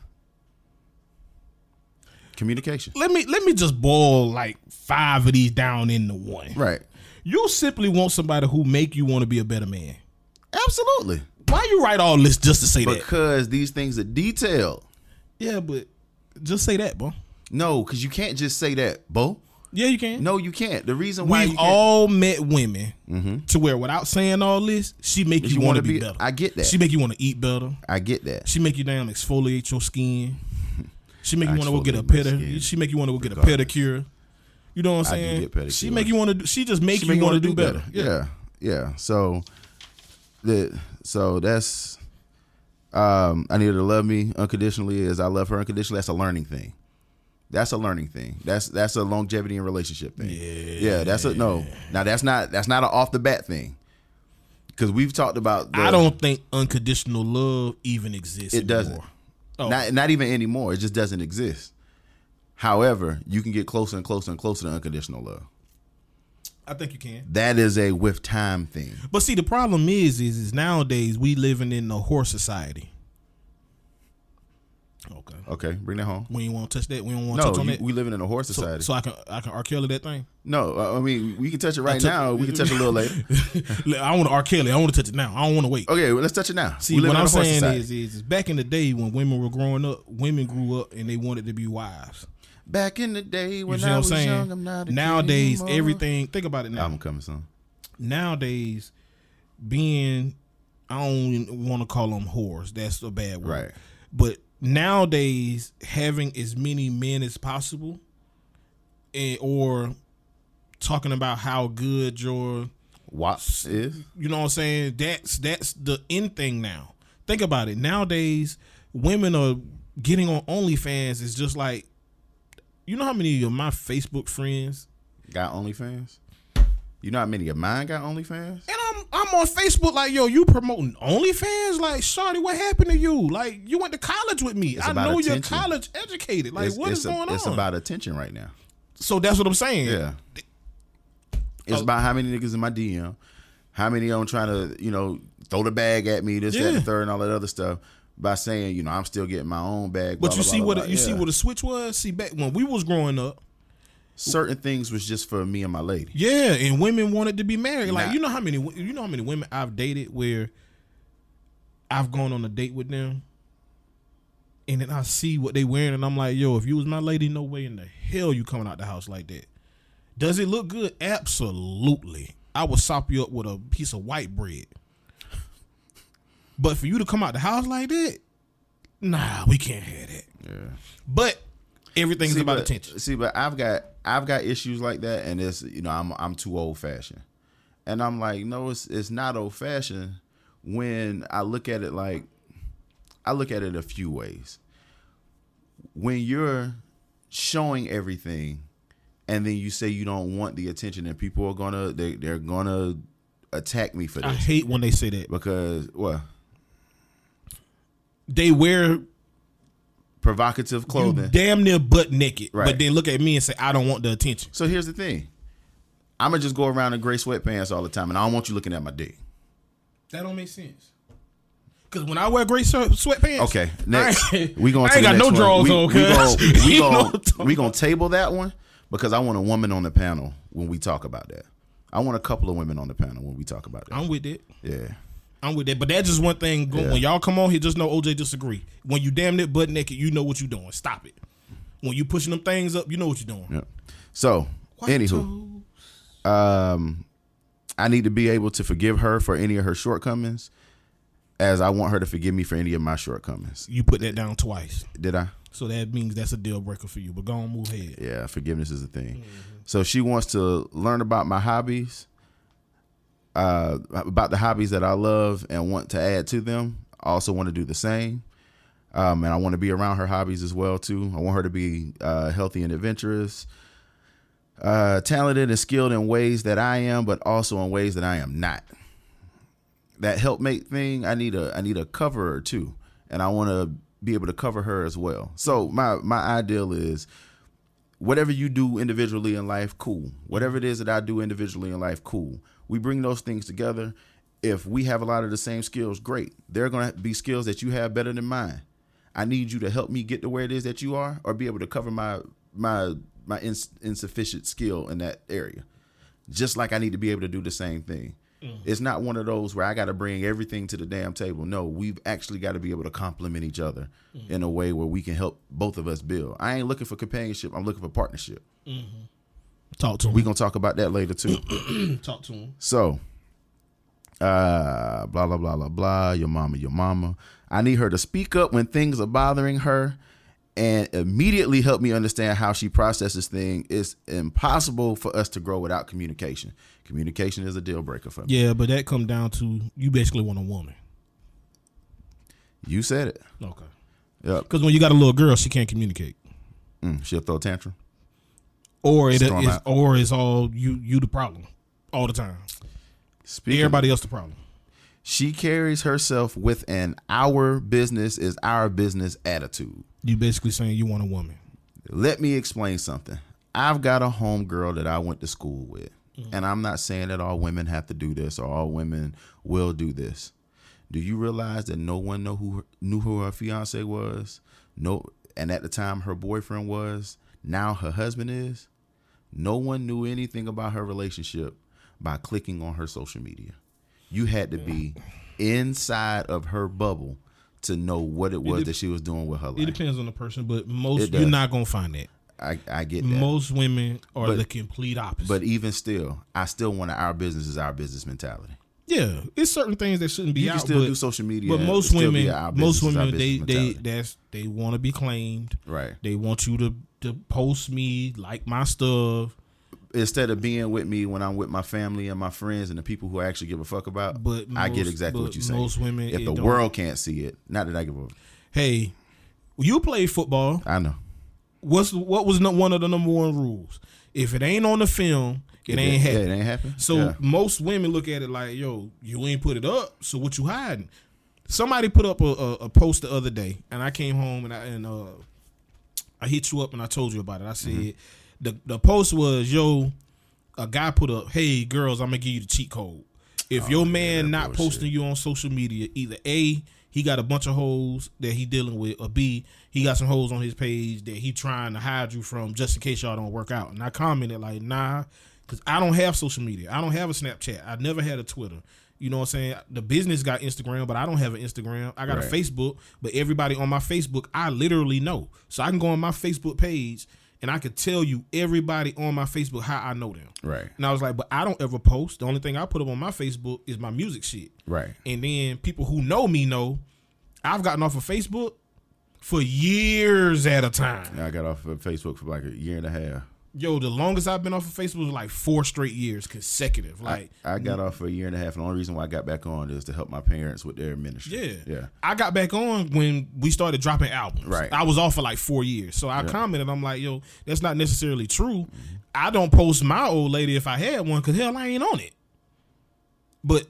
Speaker 2: Communication,
Speaker 1: Let me let me just boil like five of these down into one.
Speaker 2: right?
Speaker 1: You simply want somebody who make you want to be a better man.
Speaker 2: Absolutely,
Speaker 1: Why you write all this just to say that?
Speaker 2: because these things are detailed.
Speaker 1: Yeah, but just say that, bro.
Speaker 2: No, because you can't just say that, Bo.
Speaker 1: Yeah, you can.
Speaker 2: No, you can't. The reason why you
Speaker 1: We've
Speaker 2: can't-
Speaker 1: all met women to where without saying all this, she make you,
Speaker 2: you
Speaker 1: want to
Speaker 2: wanna
Speaker 1: be,
Speaker 2: be-
Speaker 1: better.
Speaker 2: I get that.
Speaker 1: She make you want to eat better.
Speaker 2: I get that.
Speaker 1: She make you damn exfoliate your skin. She make you want to go get a
Speaker 2: Exfoliate my
Speaker 1: pedicure.
Speaker 2: skin,
Speaker 1: She make you want to go get a
Speaker 2: regardless.
Speaker 1: pedicure. You know what I'm
Speaker 2: I do
Speaker 1: saying?
Speaker 2: get pedicures.
Speaker 1: She make you want to. do She just make
Speaker 2: She
Speaker 1: you
Speaker 2: make
Speaker 1: want to
Speaker 2: wanna
Speaker 1: do better.
Speaker 2: Yeah. yeah, So the so that's um I need her to love me unconditionally as I love her unconditionally. That's a learning thing. That's a learning thing. That's that's a longevity and relationship thing. Yeah, that's a no. Now that's not that's not an off the bat thing. Cuz we've talked about the,
Speaker 1: I don't think unconditional love even exists.
Speaker 2: it doesn't.
Speaker 1: anymore. Oh.
Speaker 2: Not not even anymore. It just doesn't exist. However, you can get closer and closer and closer to unconditional love.
Speaker 1: I think you can.
Speaker 2: That is a with time thing.
Speaker 1: But see, the problem is, is, is nowadays we living in a whore society. Okay.
Speaker 2: Okay, bring that home.
Speaker 1: We ain't want to touch that. We don't want to
Speaker 2: No,
Speaker 1: touch on
Speaker 2: you-
Speaker 1: that.
Speaker 2: we living in a horse
Speaker 1: so,
Speaker 2: society.
Speaker 1: so I can I can R. Kelly that thing.
Speaker 2: no, uh, I I mean we can touch it right
Speaker 1: took-
Speaker 2: now. We can touch it a little later.
Speaker 1: Look, I want to R. Kelly. I want to touch it now. I don't want to wait.
Speaker 2: Okay, well, let's touch it now.
Speaker 1: See,
Speaker 2: We living
Speaker 1: what
Speaker 2: in
Speaker 1: I'm
Speaker 2: a horse
Speaker 1: saying
Speaker 2: society.
Speaker 1: is, is, is back in the day when women were growing up, women grew up and they wanted to be wives.
Speaker 2: back in the day
Speaker 1: You
Speaker 2: when
Speaker 1: see
Speaker 2: I
Speaker 1: what I'm
Speaker 2: was
Speaker 1: saying?
Speaker 2: young, I'm not a kid
Speaker 1: Nowadays,
Speaker 2: anymore.
Speaker 1: everything. Oh. Think about it now.
Speaker 2: Album coming soon.
Speaker 1: nowadays being I don't want to call them whores. That's a bad word.
Speaker 2: Right.
Speaker 1: But nowadays having as many men as possible, and, or talking about how good your
Speaker 2: Watts is
Speaker 1: you know what I'm saying. That's that's the end thing now. Think about it. Nowadays, women are getting on OnlyFans. Is just like, you know how many of my Facebook friends
Speaker 2: got OnlyFans. You know how many of mine got OnlyFans?
Speaker 1: and I'm I'm on Facebook like, yo, you promoting OnlyFans? Like, sorry, what happened to you? Like, you went to college with me. I
Speaker 2: about
Speaker 1: know you're
Speaker 2: attention.
Speaker 1: college educated. Like,
Speaker 2: it's,
Speaker 1: what
Speaker 2: it's
Speaker 1: is
Speaker 2: a-
Speaker 1: going
Speaker 2: It's
Speaker 1: on?
Speaker 2: about attention right now.
Speaker 1: so that's what I'm saying.
Speaker 2: Yeah.
Speaker 1: Oh.
Speaker 2: It's about how many niggas in my DM, how many on trying to, you know, throw the bag at me, this, that, and
Speaker 1: Yeah.
Speaker 2: the third, and all that other stuff. By saying, you know, I'm still getting my own bag.
Speaker 1: But
Speaker 2: blah,
Speaker 1: you
Speaker 2: blah,
Speaker 1: see
Speaker 2: blah,
Speaker 1: what
Speaker 2: blah,
Speaker 1: you see
Speaker 2: yeah.
Speaker 1: what a switch was. See back when we was growing up.
Speaker 2: certain things was just for me and my lady.
Speaker 1: Yeah, and women wanted to be married. Like
Speaker 2: Nah.
Speaker 1: you know how many you know how many women I've dated where I've gone on a date with them, and then I see what they wearing, and I'm like, yo, if you was my lady, no way in the hell you coming out the house like that. Does it look good? Absolutely. I would sop you up with a piece of white bread. But for you to come out the house like that, nah, we can't have that. Yeah. But everything's
Speaker 2: See,
Speaker 1: about
Speaker 2: but,
Speaker 1: attention.
Speaker 2: See, but I've got I've got issues like that, and it's you know I'm I'm too old fashioned, and I'm like no, it's it's not old fashioned when I look at it like I look at it a few ways. When you're showing everything, and then you say you don't want the attention, and people are gonna they they're gonna attack me for
Speaker 1: I
Speaker 2: this
Speaker 1: hate when they say that.
Speaker 2: because well
Speaker 1: They wear
Speaker 2: provocative
Speaker 1: you
Speaker 2: clothing.
Speaker 1: damn near butt naked, but
Speaker 2: Right.
Speaker 1: then look at me and say, I don't want the attention.
Speaker 2: So here's the thing. I'm gonna just go around in gray sweatpants all the time, and I don't want you looking at my dick.
Speaker 1: That don't make sense. Because when I wear gray sweat, sweatpants,
Speaker 2: Okay, next
Speaker 1: I ain't,
Speaker 2: we going.
Speaker 1: I ain't got
Speaker 2: to the
Speaker 1: no
Speaker 2: next one.
Speaker 1: drawers
Speaker 2: we,
Speaker 1: on,
Speaker 2: We gonna,
Speaker 1: cuz.
Speaker 2: we
Speaker 1: You know
Speaker 2: gonna,
Speaker 1: what I'm talking
Speaker 2: we gonna table that one because I want a woman on the panel when we talk about that. I want a couple of women on the panel when we talk about that.
Speaker 1: I'm with it.
Speaker 2: yeah,
Speaker 1: I'm with that. But that's just one thing. Go-
Speaker 2: Yeah.
Speaker 1: When y'all come on here, just know OJ disagree. When you damn near butt naked, you know what you doing. Stop it. When you pushing them things up, you know what you're doing.
Speaker 2: yeah. So, anywho,
Speaker 1: Toe.
Speaker 2: um, I need to be able to forgive her for any of her shortcomings, as I want her to forgive me for any of my shortcomings.
Speaker 1: You put that down twice.
Speaker 2: Did I?
Speaker 1: So that means that's a deal breaker for you. But go on, move ahead.
Speaker 2: Yeah, forgiveness is a thing. So she wants to learn about my hobbies, uh, about the hobbies that I love and want to add to them. I also want to do the same. Um, and I want to be around her hobbies as well too. I want her to be uh, healthy and adventurous, uh, talented and skilled in ways that I am, but also in ways that I am not. That helpmate thing, I need a I need a coverer too, and I want to be able to cover her as well. So my my ideal is whatever you do individually in life, cool. Whatever it is that I do individually in life, cool. We bring those things together. If we have a lot of the same skills, great. There are going to be skills that you have better than mine. I need you to help me get to where it is that you are, or be able to cover my my my ins- insufficient skill in that area. Just like I need to be able to do the same thing. It's not one of those where I got to bring everything to the damn table. No, we've actually got to be able to complement each other in a way where we can help both of us build. I ain't looking for companionship. I'm looking for partnership.
Speaker 1: Talk to him.
Speaker 2: We gonna talk about that later too.
Speaker 1: talk to him.
Speaker 2: So, uh, blah blah blah blah blah. Your mama, your mama. I need her to speak up when things are bothering her, and immediately help me understand how she processes things. It's impossible for us to grow without communication. Communication is a deal breaker for me.
Speaker 1: Yeah, but that come down to you basically want a woman.
Speaker 2: You said it.
Speaker 1: Okay.
Speaker 2: Yep.
Speaker 1: Because when you got a little girl, she can't communicate.
Speaker 2: Mm, she'll throw a tantrum.
Speaker 1: or it
Speaker 2: Storm
Speaker 1: is
Speaker 2: out.
Speaker 1: or it's all you you the problem all the time.
Speaker 2: Speaking
Speaker 1: Everybody else the problem.
Speaker 2: She carries herself with an our business is our business attitude.
Speaker 1: You basically saying you want a woman.
Speaker 2: Let me explain something. I've got a homegirl that I went to school with.
Speaker 1: Mm-hmm.
Speaker 2: And I'm not saying that all women have to do this or all women will do this. Do you realize that no one know who knew who her fiance was? No and at the time her boyfriend was, now her husband is? No one knew anything about her relationship by clicking on her social media. You had to be inside of her bubble to know what it was
Speaker 1: dep-
Speaker 2: that she was doing with her
Speaker 1: It
Speaker 2: life.
Speaker 1: depends on the person, but
Speaker 2: It
Speaker 1: most
Speaker 2: does.
Speaker 1: you're not gonna find that.
Speaker 2: I, I get that.
Speaker 1: Most women are
Speaker 2: But-
Speaker 1: the complete opposite.
Speaker 2: But even still, I still want to, our business is our business mentality.
Speaker 1: yeah, it's certain things that shouldn't be
Speaker 2: You
Speaker 1: out.
Speaker 2: can still
Speaker 1: but,
Speaker 2: do social media,
Speaker 1: but
Speaker 2: and
Speaker 1: most
Speaker 2: still
Speaker 1: women,
Speaker 2: be our business
Speaker 1: most
Speaker 2: is our
Speaker 1: women, they
Speaker 2: business
Speaker 1: they
Speaker 2: mentality.
Speaker 1: that's they want to be claimed.
Speaker 2: right.
Speaker 1: They want you to to post me like my stuff,
Speaker 2: Instead of being with me when I'm with my family and my friends and the people who I actually give a fuck about,
Speaker 1: but
Speaker 2: I get
Speaker 1: most-
Speaker 2: exactly
Speaker 1: but
Speaker 2: what you say.
Speaker 1: Most women,
Speaker 2: if
Speaker 1: it
Speaker 2: the
Speaker 1: don't-
Speaker 2: world can't see it, not that I give a,
Speaker 1: hey, you play football.
Speaker 2: I know.
Speaker 1: what's what was no, one of the number one rules? If it ain't on the film, it, ain't
Speaker 2: yeah,
Speaker 1: happening.
Speaker 2: it ain't happen.
Speaker 1: So
Speaker 2: yeah.
Speaker 1: most women look at it like, yo, you ain't put it up, so what you hiding? Somebody put up a, a, a post the other day, and I came home and I and uh, I hit you up and I told you about it. I said
Speaker 2: Mm-hmm.
Speaker 1: the the post was, yo, a guy put up, hey girls, I'm gonna give you the cheat code. If your man not
Speaker 2: Oh, bullshit.
Speaker 1: posting you on social media, either a he got a bunch of hoes that he dealing with, or b he got some hoes on his page that he trying to hide you from, just in case y'all don't work out. And I commented like, nah, because I don't have social media. I don't have a Snapchat. I never had a Twitter. You know what I'm saying? The business got Instagram, but I don't have an Instagram. I got
Speaker 2: Right.
Speaker 1: a Facebook, but everybody on my Facebook, I literally know. So I can go on my Facebook page and I could tell you everybody on my Facebook how I know them.
Speaker 2: right,
Speaker 1: And I was like, but I don't ever post. The only thing I put up on my Facebook is my music shit.
Speaker 2: right.
Speaker 1: And then people who know me know I've gotten off of Facebook for years at a time.
Speaker 2: I got off of Facebook for like a year and a half.
Speaker 1: Yo, the longest I've been off of Facebook was like four straight years consecutive. Like,
Speaker 2: I got off for a year and a half, and the only reason why I got back on is to help my parents with their
Speaker 1: yeah.
Speaker 2: ministry. yeah.
Speaker 1: I got back on when we started dropping albums.
Speaker 2: Right.
Speaker 1: I was off for like four years. So I commented, I'm like, yo, that's not necessarily true. I don't post my old lady if I had one because hell, I ain't on it. But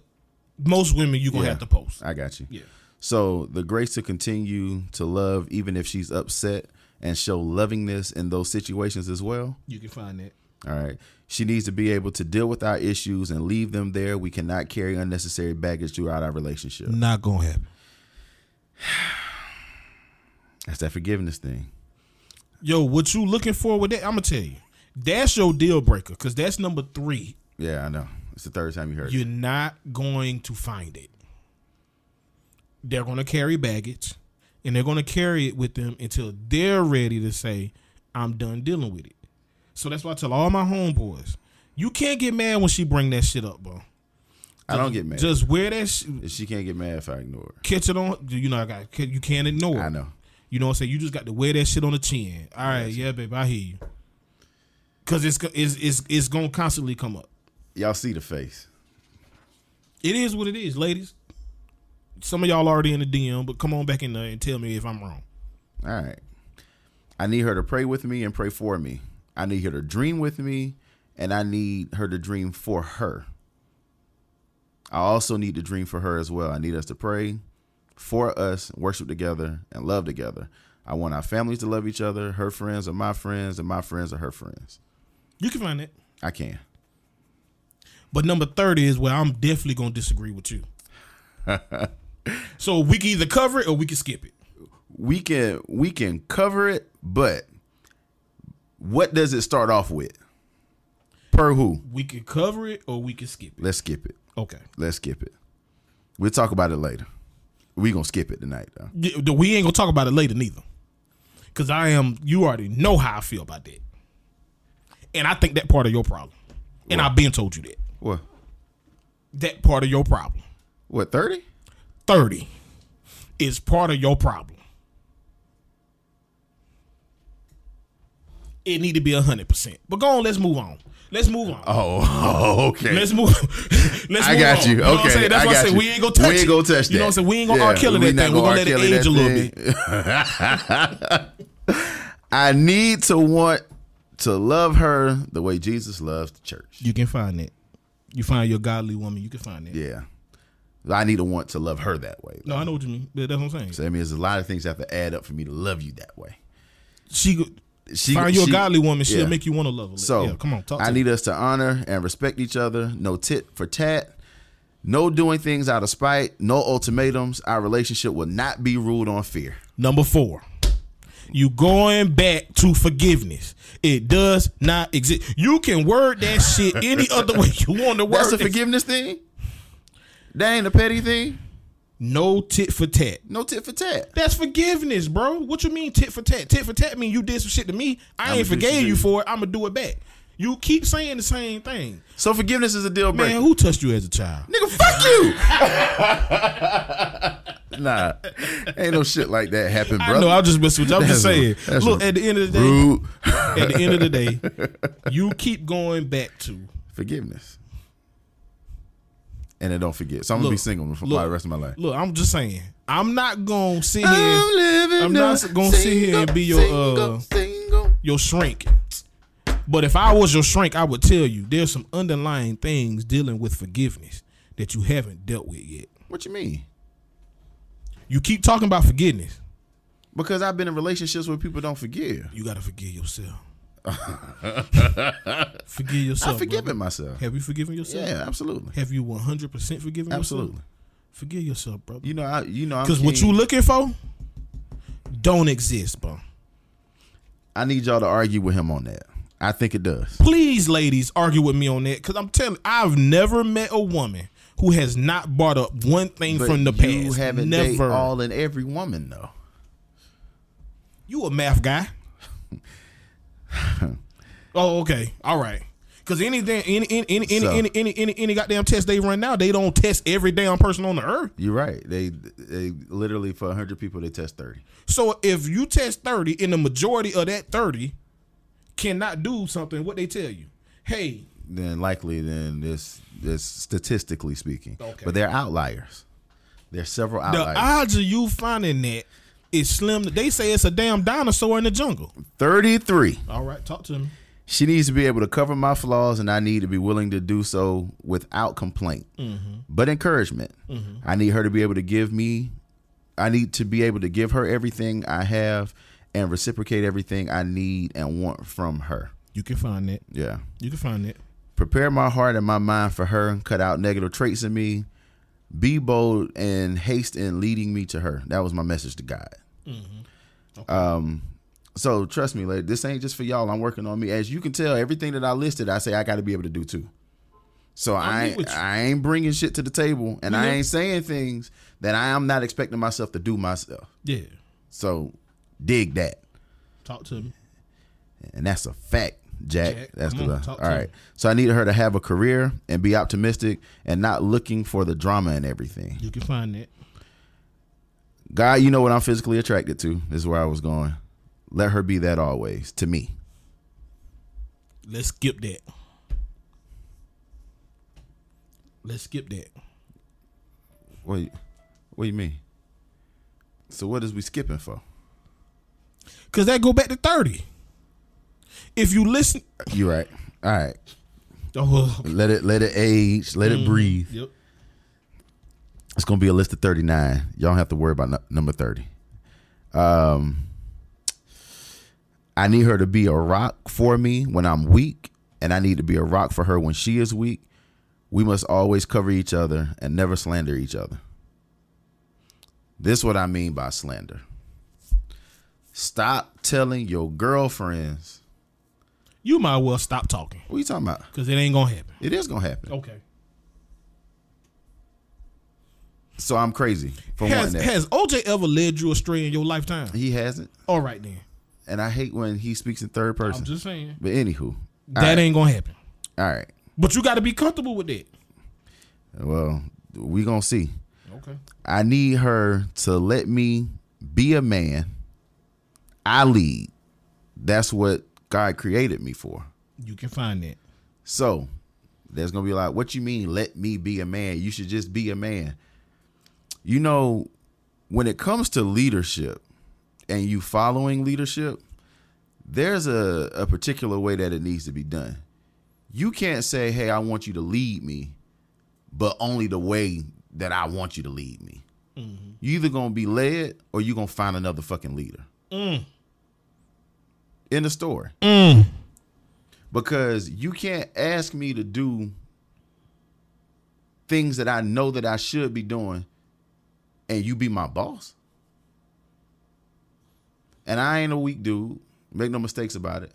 Speaker 1: most women, you going to
Speaker 2: Yeah.
Speaker 1: have to post.
Speaker 2: I got you.
Speaker 1: Yeah.
Speaker 2: So the grace to continue to love, even if she's upset, and show lovingness in those situations as well.
Speaker 1: You can find that.
Speaker 2: All right. She needs to be able to deal with our issues and leave them there. We cannot carry unnecessary baggage throughout our relationship.
Speaker 1: Not gonna happen.
Speaker 2: That's that forgiveness thing.
Speaker 1: Yo, what you looking for with that? I'm gonna tell you. That's your deal breaker, cause that's number three.
Speaker 2: Yeah, I know. It's the third time you heard
Speaker 1: You're not going to find it. They're gonna carry baggage, and they're gonna carry it with them until they're ready to say, "I'm done dealing with it." So that's why I tell all my homeboys, you can't get mad when she bring that shit up, bro.
Speaker 2: it. I don't get mad.
Speaker 1: Just wear that. Sh-
Speaker 2: she can't get mad if I ignore her.
Speaker 1: catch it on. You know, I got. You can't ignore.
Speaker 2: I
Speaker 1: it.
Speaker 2: know.
Speaker 1: You know what I'm saying? You just got to wear that shit on the chin. All right, yeah, babe, I hear you. Cause it's go- it's it's it's gonna constantly come up.
Speaker 2: Y'all see the face.
Speaker 1: It is what it is, ladies. Some of y'all already in the DM, but come on back in there and tell me if I'm wrong.
Speaker 2: All right. I need her to pray with me and pray for me. I need her to dream with me and I need her to dream for her. I also need to dream for her as well. I need us to pray for us, worship together, and love together. I want our families to love each other. Her friends are my friends, and my friends are her friends.
Speaker 1: You can find that.
Speaker 2: I can.
Speaker 1: But number thirty is where I'm definitely gonna disagree with you. so we can either cover it or we can skip it.
Speaker 2: We can we can cover it, but what does it start off with? Per who?
Speaker 1: We can cover it or we can skip it.
Speaker 2: Let's skip it.
Speaker 1: Okay.
Speaker 2: Let's skip it. We'll talk about it later. We gonna skip it tonight though.
Speaker 1: Yeah, th- We ain't gonna talk about it later neither. Cause I am you already know how I feel about that. And I think that part of your problem. And I've been told you that.
Speaker 2: What?
Speaker 1: That part of your problem.
Speaker 2: What? Thirty?
Speaker 1: 30 is part of your problem. It need to be hundred percent. But go on, let's move on. Let's move on.
Speaker 2: Oh, okay.
Speaker 1: Let's move. Let's
Speaker 2: I
Speaker 1: move
Speaker 2: got
Speaker 1: on.
Speaker 2: you.
Speaker 1: know what I'm
Speaker 2: Okay,
Speaker 1: saying? That's
Speaker 2: I
Speaker 1: why I
Speaker 2: got
Speaker 1: said
Speaker 2: you.
Speaker 1: we ain't gonna touch.
Speaker 2: We ain't
Speaker 1: it.
Speaker 2: gonna touch
Speaker 1: You know what I'm
Speaker 2: that.
Speaker 1: saying? We ain't gonna R.
Speaker 2: Yeah,
Speaker 1: Kelly
Speaker 2: we
Speaker 1: that
Speaker 2: not
Speaker 1: thing. We're
Speaker 2: gonna
Speaker 1: gonna
Speaker 2: R.
Speaker 1: let it
Speaker 2: Kelly
Speaker 1: age
Speaker 2: that
Speaker 1: a little
Speaker 2: thing.
Speaker 1: bit.
Speaker 2: I need to want to love her the way Jesus loves the church.
Speaker 1: You can find it. You find your godly woman. You can find it.
Speaker 2: Yeah. I need to want to love her that way.
Speaker 1: No, I know what you mean. But that's what I'm saying.
Speaker 2: So that means there's a lot of things that have to add up for me to love you that way.
Speaker 1: she go-
Speaker 2: She,
Speaker 1: find you a
Speaker 2: she-
Speaker 1: godly woman. She'll
Speaker 2: yeah.
Speaker 1: make you want to love her.
Speaker 2: So
Speaker 1: yeah, come on, talk. To
Speaker 2: I
Speaker 1: me.
Speaker 2: need us to honor and respect each other. No tit for tat. No doing things out of spite. No ultimatums. Our relationship will not be ruled on fear.
Speaker 1: Number four, you going back to forgiveness. It does not exist. You can word that shit any other way you want to word
Speaker 2: That's a
Speaker 1: it.
Speaker 2: forgiveness thing. That ain't a petty thing.
Speaker 1: No tit for tat.
Speaker 2: No tit for tat.
Speaker 1: That's forgiveness, bro. What you mean tit for tat? Tit for tat mean you did some shit to me. I
Speaker 2: I'ma
Speaker 1: ain't
Speaker 2: do what
Speaker 1: forgave
Speaker 2: you
Speaker 1: you
Speaker 2: did.
Speaker 1: for it. I'ma do it back. You keep saying the same thing.
Speaker 2: So forgiveness is a deal breaker.
Speaker 1: Man, who touched you as a child?
Speaker 2: Nigga, fuck you. nah, ain't no shit like that happen,
Speaker 1: I know.
Speaker 2: brother.
Speaker 1: I'll just mess with you. I'm just
Speaker 2: That's a-
Speaker 1: saying.
Speaker 2: that's
Speaker 1: Look,
Speaker 2: a
Speaker 1: at the end of the day,
Speaker 2: Rude.
Speaker 1: at the end of the day, you keep going back to
Speaker 2: forgiveness. And I don't forget. So I'm gonna be
Speaker 1: Look,
Speaker 2: single for
Speaker 1: look,
Speaker 2: the rest of my life.
Speaker 1: Look, I'm just saying. I'm not gonna sit here.
Speaker 2: living
Speaker 1: I'm not
Speaker 2: a
Speaker 1: gonna sit here and be your,
Speaker 2: single,
Speaker 1: uh,
Speaker 2: single, single.
Speaker 1: your shrink. But if I was your shrink, I would tell you there's some underlying things dealing with forgiveness that you haven't dealt with yet.
Speaker 2: What you mean?
Speaker 1: You keep talking about forgiveness.
Speaker 2: Because I've been in relationships where people don't forgive.
Speaker 1: You gotta forgive yourself. forgive yourself.
Speaker 2: I've forgiven
Speaker 1: brother.
Speaker 2: myself.
Speaker 1: Have you forgiven yourself?
Speaker 2: Yeah, absolutely,
Speaker 1: Have you 100% forgiven
Speaker 2: absolutely.
Speaker 1: yourself? Forgive yourself, brother.
Speaker 2: You know, I, you know, I'm
Speaker 1: Because what
Speaker 2: king.
Speaker 1: you looking for don't exist, bro.
Speaker 2: I need y'all to argue with him on that. I think it does.
Speaker 1: Please, ladies, argue with me on that. Because I'm telling I've never met a woman who has not brought up one thing
Speaker 2: But
Speaker 1: from the
Speaker 2: you
Speaker 1: past.
Speaker 2: haven't dated
Speaker 1: never.
Speaker 2: all and every woman though.
Speaker 1: You a math guy? oh, okay. All right. Because anything, any, any, any, any,
Speaker 2: So-
Speaker 1: any, any, any, any goddamn test they run now, they don't test every damn person on the earth.
Speaker 2: You're right. They they literally for hundred people they test thirty.
Speaker 1: So if you test 30 and the majority of that 30 cannot do something, what they tell you? Hey,
Speaker 2: Then likely then this this statistically speaking.
Speaker 1: Okay.
Speaker 2: But they're outliers. There's several
Speaker 1: the
Speaker 2: outliers.
Speaker 1: odds of you finding that is slim. They say it's a damn dinosaur in the jungle.
Speaker 2: Thirty three.
Speaker 1: All right, talk to me.
Speaker 2: She needs to be able to cover my flaws, and I need to be willing to do so without complaint, but encouragement. I need her to be able to give me, I need to be able to give her everything I have and reciprocate everything I need and want from her.
Speaker 1: You can find that.
Speaker 2: Yeah.
Speaker 1: You can find that.
Speaker 2: Prepare my heart and my mind for her, cut out negative traits in me, be bold and haste in leading me to her. That was my message to God.
Speaker 1: Mm-hmm.
Speaker 2: Um, so trust me, like, this ain't just for y'all. I'm working on me. As you can tell, everything that I listed, I say I got to be able to do too. So I
Speaker 1: I'm
Speaker 2: ain't,
Speaker 1: with you.
Speaker 2: I ain't bringing shit to the table, and I
Speaker 1: Yeah.
Speaker 2: ain't saying things that I am not expecting myself to do myself.
Speaker 1: Yeah,
Speaker 2: So dig that.
Speaker 1: talk to me.
Speaker 2: And that's a fact, Jack.
Speaker 1: Jack,
Speaker 2: that's
Speaker 1: come
Speaker 2: the
Speaker 1: on, talk to
Speaker 2: all right.
Speaker 1: me.
Speaker 2: So I need her to have a career and be optimistic and not looking for the drama and everything.
Speaker 1: You can find that.
Speaker 2: God, you know what I'm physically attracted to. This is where I was going. Let her be that always to me.
Speaker 1: Let's skip that. Let's skip that.
Speaker 2: What? you- What do you mean? So what is we skipping for?
Speaker 1: Cause that go back to thirty. If you listen,
Speaker 2: You right. All right.
Speaker 1: oh,
Speaker 2: Let it let it age. Let
Speaker 1: Mm.
Speaker 2: it breathe.
Speaker 1: yep.
Speaker 2: It's gonna be a list of 39. Y'all don't have to worry about nu- number 30. Um, I need her to be a rock for me when I'm weak, and I need to be a rock for her when she is weak. We must always cover each other and never slander each other. This is what I mean by slander. Stop telling your girlfriends.
Speaker 1: You might well stop talking
Speaker 2: What are you talking about?
Speaker 1: because it ain't gonna happen.
Speaker 2: It is gonna happen.
Speaker 1: Okay.
Speaker 2: So I'm crazy for
Speaker 1: Has,
Speaker 2: wanting that.
Speaker 1: has OJ ever led you astray in your lifetime?
Speaker 2: he hasn't,
Speaker 1: All right then.
Speaker 2: and I hate when he speaks in third person.
Speaker 1: I'm just saying
Speaker 2: But anywho,
Speaker 1: that ain't gonna happen.
Speaker 2: all right.
Speaker 1: But you got to be comfortable with that.
Speaker 2: Well, we gonna see.
Speaker 1: Okay.
Speaker 2: I need her to let me be a man. I lead. That's what God created me for.
Speaker 1: You can find that.
Speaker 2: So there's gonna be like, what you mean? Let me be a man. You should just be a man. You know, when it comes to leadership and you following leadership, there's a, a particular way that it needs to be done. You can't say, hey, I want you to lead me, but only the way that I want you to lead me. You either gonna be led or you gonna find another fucking leader. In the story because you can't ask me to do things that I know that I should be doing and you be my boss. And I ain't a weak dude, make no mistakes about it.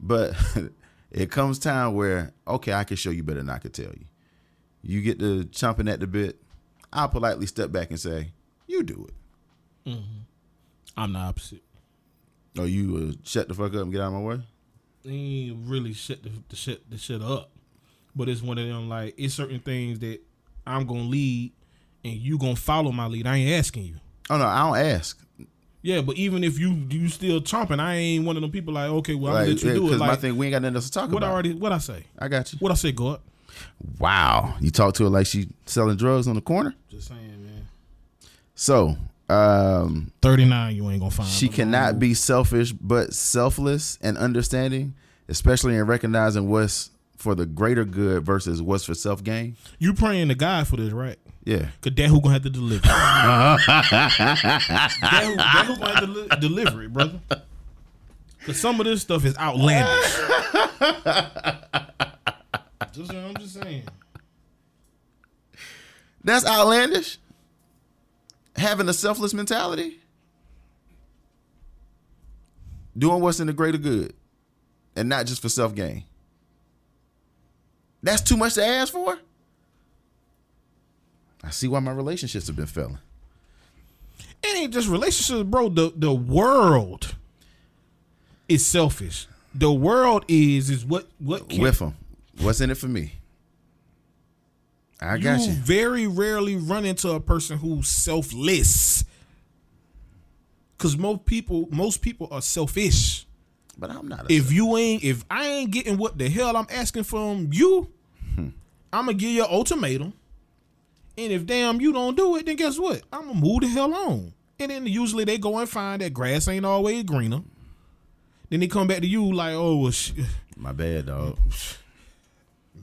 Speaker 2: But it comes time where okay, I can show you better than I could tell you. You get to chomping at the bit, I'll politely step back and say, "You do it."
Speaker 1: I'm the opposite.
Speaker 2: Or you uh, shut the fuck up and get out of my way.
Speaker 1: He ain't really shut the, the shit the shit up. But it's one of them like it's certain things that I'm gonna lead and you gonna follow my lead. I ain't asking you.
Speaker 2: Oh no, I don't ask.
Speaker 1: Yeah, but even if you you still chomping, I ain't one of them people like okay, well I'm gonna let
Speaker 2: Like,
Speaker 1: you
Speaker 2: yeah,
Speaker 1: do it.
Speaker 2: 'cause my
Speaker 1: Like
Speaker 2: thing, we ain't got nothing else to talk
Speaker 1: what I
Speaker 2: about.
Speaker 1: already what I say
Speaker 2: I got you.
Speaker 1: what I say God.
Speaker 2: Wow. You talk to her like she selling drugs on the corner?
Speaker 1: Just saying, man.
Speaker 2: So Um,
Speaker 1: Thirty nine, you ain't gonna find.
Speaker 2: she
Speaker 1: them.
Speaker 2: cannot be selfish, but selfless and understanding, especially in recognizing what's for the greater good versus what's for self gain.
Speaker 1: You praying to God for this, right?
Speaker 2: Yeah.
Speaker 1: Cause that who gonna have to deliver. it. that, who, that who gonna have to deli- deliver it, brother. Cause some of this stuff is outlandish. just, I'm just saying.
Speaker 2: That's outlandish. Having a selfless mentality. Doing what's in the greater good and not just for self gain. That's too much to ask for. I see why my relationships have been failing.
Speaker 1: It ain't just relationships, bro. The the world is selfish. The world is is what what can,
Speaker 2: With them. What's in it for me? I got you.
Speaker 1: very rarely run into a person who's selfless. Cause most people most people are selfish.
Speaker 2: But I'm not a
Speaker 1: If you ain't if I ain't getting what the hell I'm asking from you, I'm gonna give you an ultimatum. And if damn you don't do it, then guess what? I'm gonna move the hell on. And then usually they go and find that grass ain't always greener. Then they come back to you like, oh well, sh-
Speaker 2: my bad dog.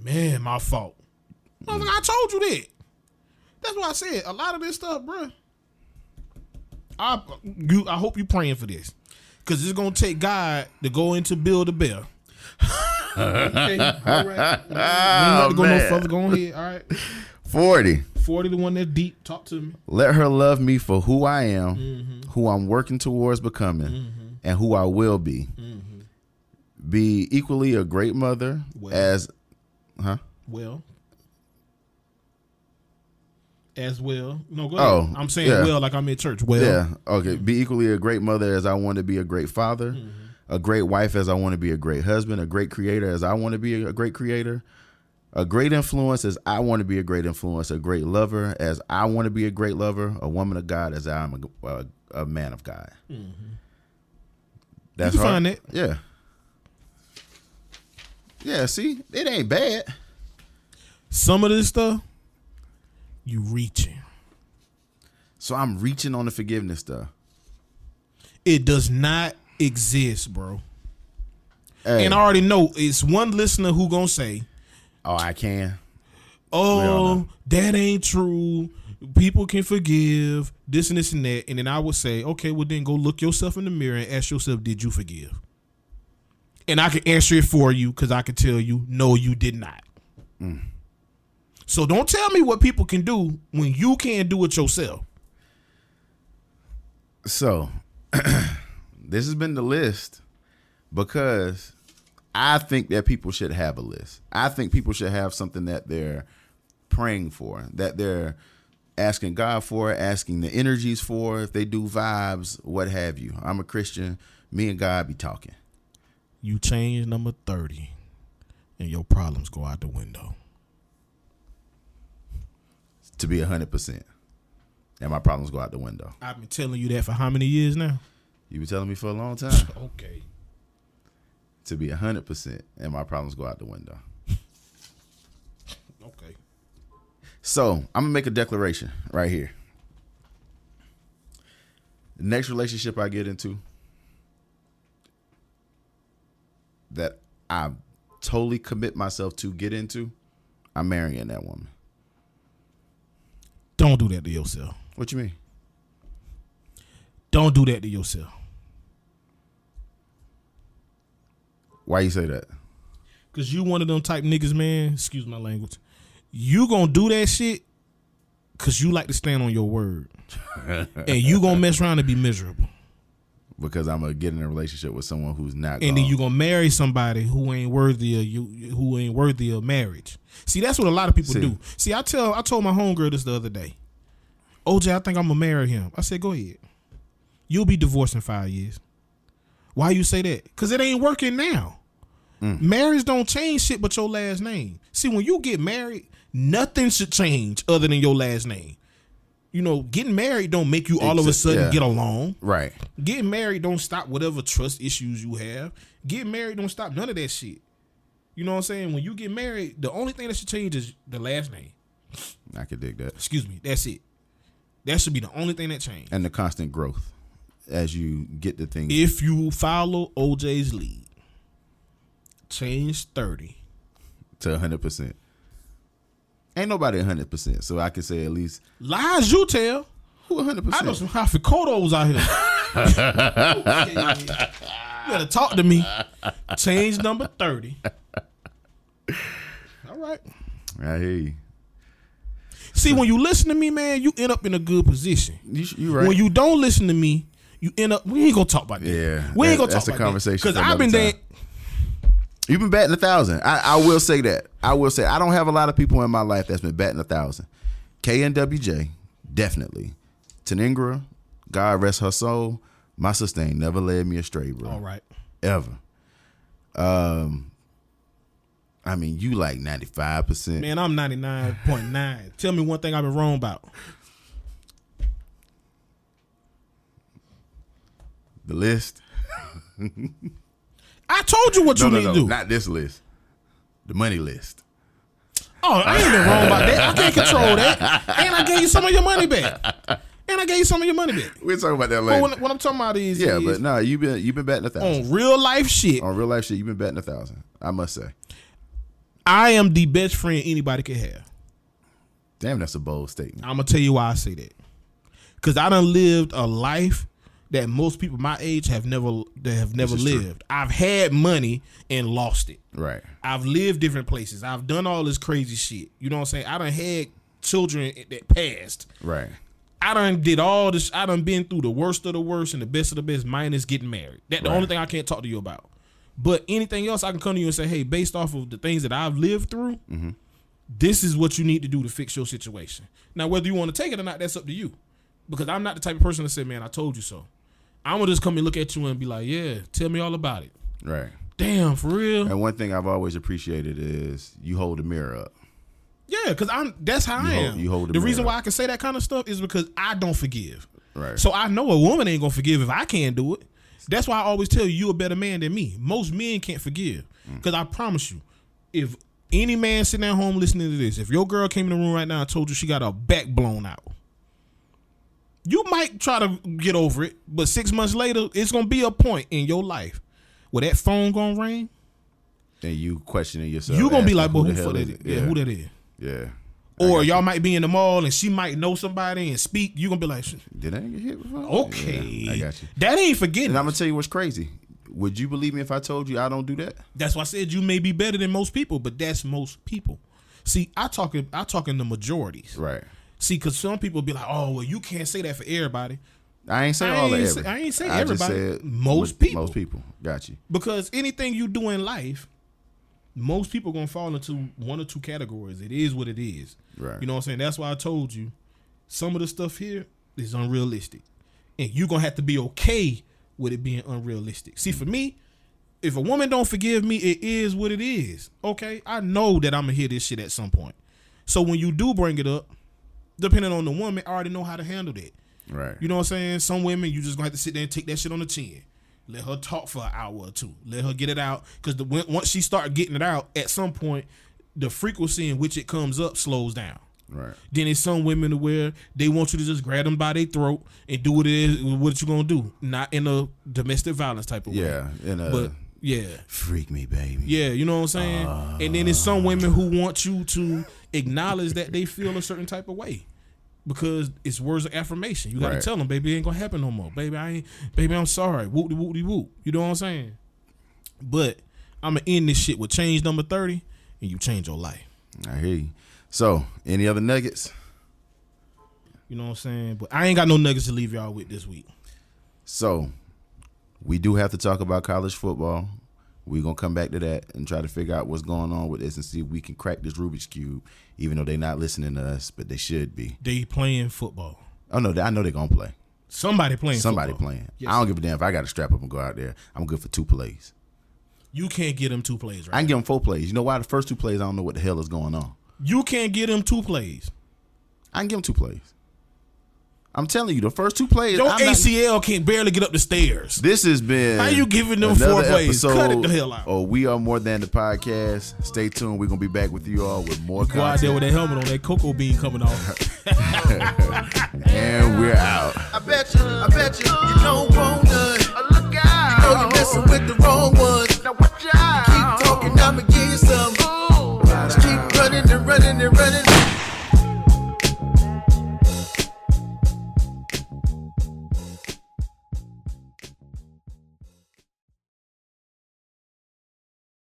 Speaker 1: man, my fault. Motherfucker, I told you that. That's what I said. A lot of this stuff, bruh. I you, I hope you praying for this, cause it's gonna take God to go into build a bear. okay, all right. We ain't got to go no
Speaker 2: Oh, man.
Speaker 1: further. Go on ahead. All right,
Speaker 2: Forty.
Speaker 1: forty to one. That's deep. Talk to me.
Speaker 2: Let her love me for who I am, who I'm working towards becoming, and who I will be. Be equally a great mother
Speaker 1: Well.
Speaker 2: as
Speaker 1: Well, as well. No, go ahead.
Speaker 2: Oh,
Speaker 1: I'm saying
Speaker 2: yeah.
Speaker 1: well like I'm in church. Well,
Speaker 2: yeah, okay. Be equally a great mother as I want to be a great father,
Speaker 1: Mm-hmm.
Speaker 2: a great wife as I want to be a great husband, a great creator as I want to be a great creator, a great influence as I want to be a great influence, a great lover as I want to be a great lover, a woman of God as I'm a, a, a man of God. That's
Speaker 1: Mm-hmm. You can
Speaker 2: hard.
Speaker 1: find it.
Speaker 2: Yeah. Yeah, see, it ain't bad.
Speaker 1: some of this stuff you reaching.
Speaker 2: So I'm reaching on the forgiveness stuff.
Speaker 1: It does not exist, bro.
Speaker 2: Hey,
Speaker 1: And I already know it's one listener who gonna say,
Speaker 2: oh, I can. all
Speaker 1: "Oh, that ain't true. People can forgive this and this and that." And then I would say, "Okay, well then go look yourself in the mirror and ask yourself, did you forgive?" And I can answer it for you because I can tell you, no, you did not. Mm. So don't tell me what people can do when you can't do it yourself.
Speaker 2: So, this has been the list because I think that people should have a list. I think people should have something that they're praying for, that they're asking God for, asking the energies for, if they do vibes, what have you. I'm a Christian. Me and God be talking.
Speaker 1: You change number thirty, and your problems go out the window.
Speaker 2: to be 100%. And my problems go out the window.
Speaker 1: I've been telling you that for how many years now?
Speaker 2: you been telling me for a long time
Speaker 1: Okay.
Speaker 2: to be 100%. And my problems go out the window.
Speaker 1: Okay.
Speaker 2: So I'm going to make a declaration right here. The next relationship I get into that I totally commit myself to get into, I'm marrying that woman.
Speaker 1: Don't do that to yourself.
Speaker 2: What you mean?
Speaker 1: Don't do that to yourself.
Speaker 2: Why you say that?
Speaker 1: Cause you one of them type niggas, man. Excuse my language. You gonna do that shit cause you like to stand on your word. and you gonna mess around and be miserable.
Speaker 2: Because I'm gonna get in a relationship with someone who's not.
Speaker 1: And then
Speaker 2: gone.
Speaker 1: you gonna marry somebody who ain't worthy of you who ain't worthy of marriage. See, that's what a lot of people
Speaker 2: See.
Speaker 1: do. See, I tell I told my homegirl this the other day. OJ, I think I'm gonna marry him. I said, go ahead. You'll be divorced in five years. Why you say that? Cause it ain't working now.
Speaker 2: Mm.
Speaker 1: Marriage don't change shit but your last name. See, when you get married, nothing should change other than your last name. You know, getting married don't make you all of a
Speaker 2: Exa-
Speaker 1: sudden
Speaker 2: yeah.
Speaker 1: get along.
Speaker 2: right.
Speaker 1: Getting married don't stop whatever trust issues you have. Getting married don't stop none of that shit. You know what I'm saying? When you get married, the only thing that should change is the last name.
Speaker 2: I could dig that.
Speaker 1: Excuse me. That's it. That should be the only thing that changed.
Speaker 2: and the constant growth as you get the thing.
Speaker 1: If you follow OJ's lead, change thirty.
Speaker 2: to hundred percent. Ain't nobody hundred percent, so I can say at least
Speaker 1: Lies you tell.
Speaker 2: who hundred
Speaker 1: I know
Speaker 2: percent.
Speaker 1: some high Kodos out here. you better talk to me. Change number thirty. All right.
Speaker 2: I hear you.
Speaker 1: See, when you listen to me, man, you end up in a good position.
Speaker 2: You, sh- you right.
Speaker 1: When you don't listen to me, you end up. We ain't gonna talk about that.
Speaker 2: Yeah,
Speaker 1: we ain't
Speaker 2: that-
Speaker 1: gonna
Speaker 2: that's
Speaker 1: talk
Speaker 2: a
Speaker 1: about
Speaker 2: conversation
Speaker 1: Because
Speaker 2: for
Speaker 1: I've been
Speaker 2: another
Speaker 1: there.
Speaker 2: time. You've been batting a thousand. I, I will say that. I will say I don't have a lot of people in my life that's been batting a thousand. KNWJ, definitely. Teningra, God rest her soul. My sister ain't never led me astray, bro.
Speaker 1: All right.
Speaker 2: Ever. Um I mean, you like ninety five percent.
Speaker 1: Man, I'm 99.9. Tell me one thing I've been wrong about.
Speaker 2: The list.
Speaker 1: I told you what
Speaker 2: No,
Speaker 1: you
Speaker 2: no,
Speaker 1: need
Speaker 2: no,
Speaker 1: to do.
Speaker 2: not this list. The money list.
Speaker 1: oh, I ain't been wrong about that. I can't control that. And I gave you some of your money back. And I gave you some of your money back.
Speaker 2: We'll talk about that
Speaker 1: But
Speaker 2: later.
Speaker 1: what, what I'm talking about is,
Speaker 2: yeah,
Speaker 1: is Oh.
Speaker 2: but Oh. no, you've been you've been batting a thousand.
Speaker 1: on real life shit,
Speaker 2: On real life shit, you've been batting a thousand. I must say.
Speaker 1: I am the best friend anybody can have.
Speaker 2: Damn, that's a bold statement.
Speaker 1: I'm gonna tell you why I say that. Cause I done lived a life that most people my age have never that have never
Speaker 2: is true.
Speaker 1: lived. I've had money and lost it.
Speaker 2: Right.
Speaker 1: I've lived different places. I've done all this crazy shit. You know what I'm saying? I done had children that passed.
Speaker 2: Right.
Speaker 1: I done did all this. I done been through the worst of the worst and the best of the best. Minus getting married. That the
Speaker 2: Right.
Speaker 1: only thing I can't talk to you about. But anything else, I can come to you and say, hey, based off of the things that I've lived through,
Speaker 2: Mm-hmm.
Speaker 1: this is what you need to do to fix your situation. Now, whether you want to take it or not, that's up to you. Because I'm not the type of person to say, man, I told you so. I'm gonna just come and look at you and be like, yeah, tell me all about it.
Speaker 2: Right.
Speaker 1: Damn, for real.
Speaker 2: And one thing I've always appreciated is you hold the mirror up.
Speaker 1: Yeah, because I'm that's how I
Speaker 2: hold-
Speaker 1: am.
Speaker 2: you hold the
Speaker 1: the reason
Speaker 2: mirror
Speaker 1: why I can say that kind of stuff is because I don't forgive.
Speaker 2: Right.
Speaker 1: So I know a woman ain't gonna forgive if I can't do it. That's why I always tell you you a better man than me. Most men can't forgive.
Speaker 2: Mm.
Speaker 1: Because I promise you, if any man sitting at home listening to this, if your girl came in the room right now and told you she got her back blown out, you might try to get over it, but six months later, it's gonna be a point in your life where that phone gonna ring.
Speaker 2: and you questioning yourself.
Speaker 1: you gonna be
Speaker 2: asking
Speaker 1: like, but who,
Speaker 2: the
Speaker 1: for
Speaker 2: hell
Speaker 1: that?
Speaker 2: is it?
Speaker 1: yeah, who that Oh. is?
Speaker 2: Yeah.
Speaker 1: Or y'all might be in the mall and she might know somebody and speak. You're gonna be like,
Speaker 2: Did I get hit before?
Speaker 1: okay,
Speaker 2: Yeah, I got you.
Speaker 1: That ain't forgetting.
Speaker 2: And I'm gonna tell you what's crazy. Would you believe me if I told you I don't do that?
Speaker 1: that's why I said you may be better than most people, but that's most people. See, I talk I talk in the majorities.
Speaker 2: Right.
Speaker 1: See, because some people be like, oh, well, you can't say that for everybody
Speaker 2: I ain't say
Speaker 1: I
Speaker 2: all that.
Speaker 1: ain't
Speaker 2: every-
Speaker 1: say- I ain't say
Speaker 2: just
Speaker 1: everybody.
Speaker 2: said
Speaker 1: Most
Speaker 2: with-
Speaker 1: people.
Speaker 2: Most people. Got you.
Speaker 1: because anything you do in life, most people gonna fall into one or two categories. It is what it is.
Speaker 2: Right.
Speaker 1: You know what I'm saying? That's why I told you some of the stuff here is unrealistic. And you're gonna have to be okay with it being unrealistic. See, for me, if a woman don't forgive me, it is what it is. Okay? I know that I'm gonna hear this shit at some point. So when you do bring it up, depending on the woman, I already know how to handle that.
Speaker 2: Right.
Speaker 1: You know what I'm saying? Some women, you just gonna have to sit there and take that shit on the chin. Let her talk for an hour or two. Let her get it out. Cause the when- once she start getting it out, at some point, the frequency in which it comes up slows down.
Speaker 2: Right.
Speaker 1: Then it's some women to where they want you to just grab them by their throat and do what it is what you gonna do. Not in a domestic violence type of way.
Speaker 2: Yeah. And uh,
Speaker 1: But yeah.
Speaker 2: freak me, baby.
Speaker 1: Yeah, you know what I'm saying? and then there's some women who want you to acknowledge that they feel a certain type of way. Because it's words of affirmation. You gotta
Speaker 2: Right.
Speaker 1: tell them, baby, it ain't gonna happen no more. Baby, I ain't baby, I'm sorry. Whoop de whoop de whoop. You know what I'm saying? But I'ma end this shit with change number 30 and you change your life.
Speaker 2: I hear you. So, any other nuggets?
Speaker 1: You know what I'm saying? But I ain't got no nuggets to leave y'all with this week.
Speaker 2: So, we do have to talk about college football. We're gonna come back to that and try to figure out what's going on with this and see if we can crack this Rubik's cube. Even though they're not listening to us, but they should be.
Speaker 1: They playing football.
Speaker 2: Oh no, I know they're gonna play.
Speaker 1: Somebody playing
Speaker 2: Somebody
Speaker 1: football.
Speaker 2: playing. I don't give a damn if I got to strap up and go out there. I'm good for two plays.
Speaker 1: You can't get them two plays
Speaker 2: I
Speaker 1: right.
Speaker 2: can give them four plays. You know why? The first two plays, I don't know what the hell is going on.
Speaker 1: you can't get them two plays.
Speaker 2: I can give them two plays. I'm telling you, the first two plays.
Speaker 1: Your
Speaker 2: I'm not-
Speaker 1: ACL can't barely get up the stairs.
Speaker 2: this has been.
Speaker 1: How you giving them
Speaker 2: another
Speaker 1: four plays? Cut it
Speaker 2: episode
Speaker 1: the hell out.
Speaker 2: Or we are more than the podcast. Stay tuned. We're gonna be back with you all with more
Speaker 1: Go out there
Speaker 2: content,
Speaker 1: with that helmet on, that cocoa bean coming off.
Speaker 2: and we're out.
Speaker 4: I bet you, I bet you, you don't want none. Look out. You know you're messing with the wrong ones. Now watch out.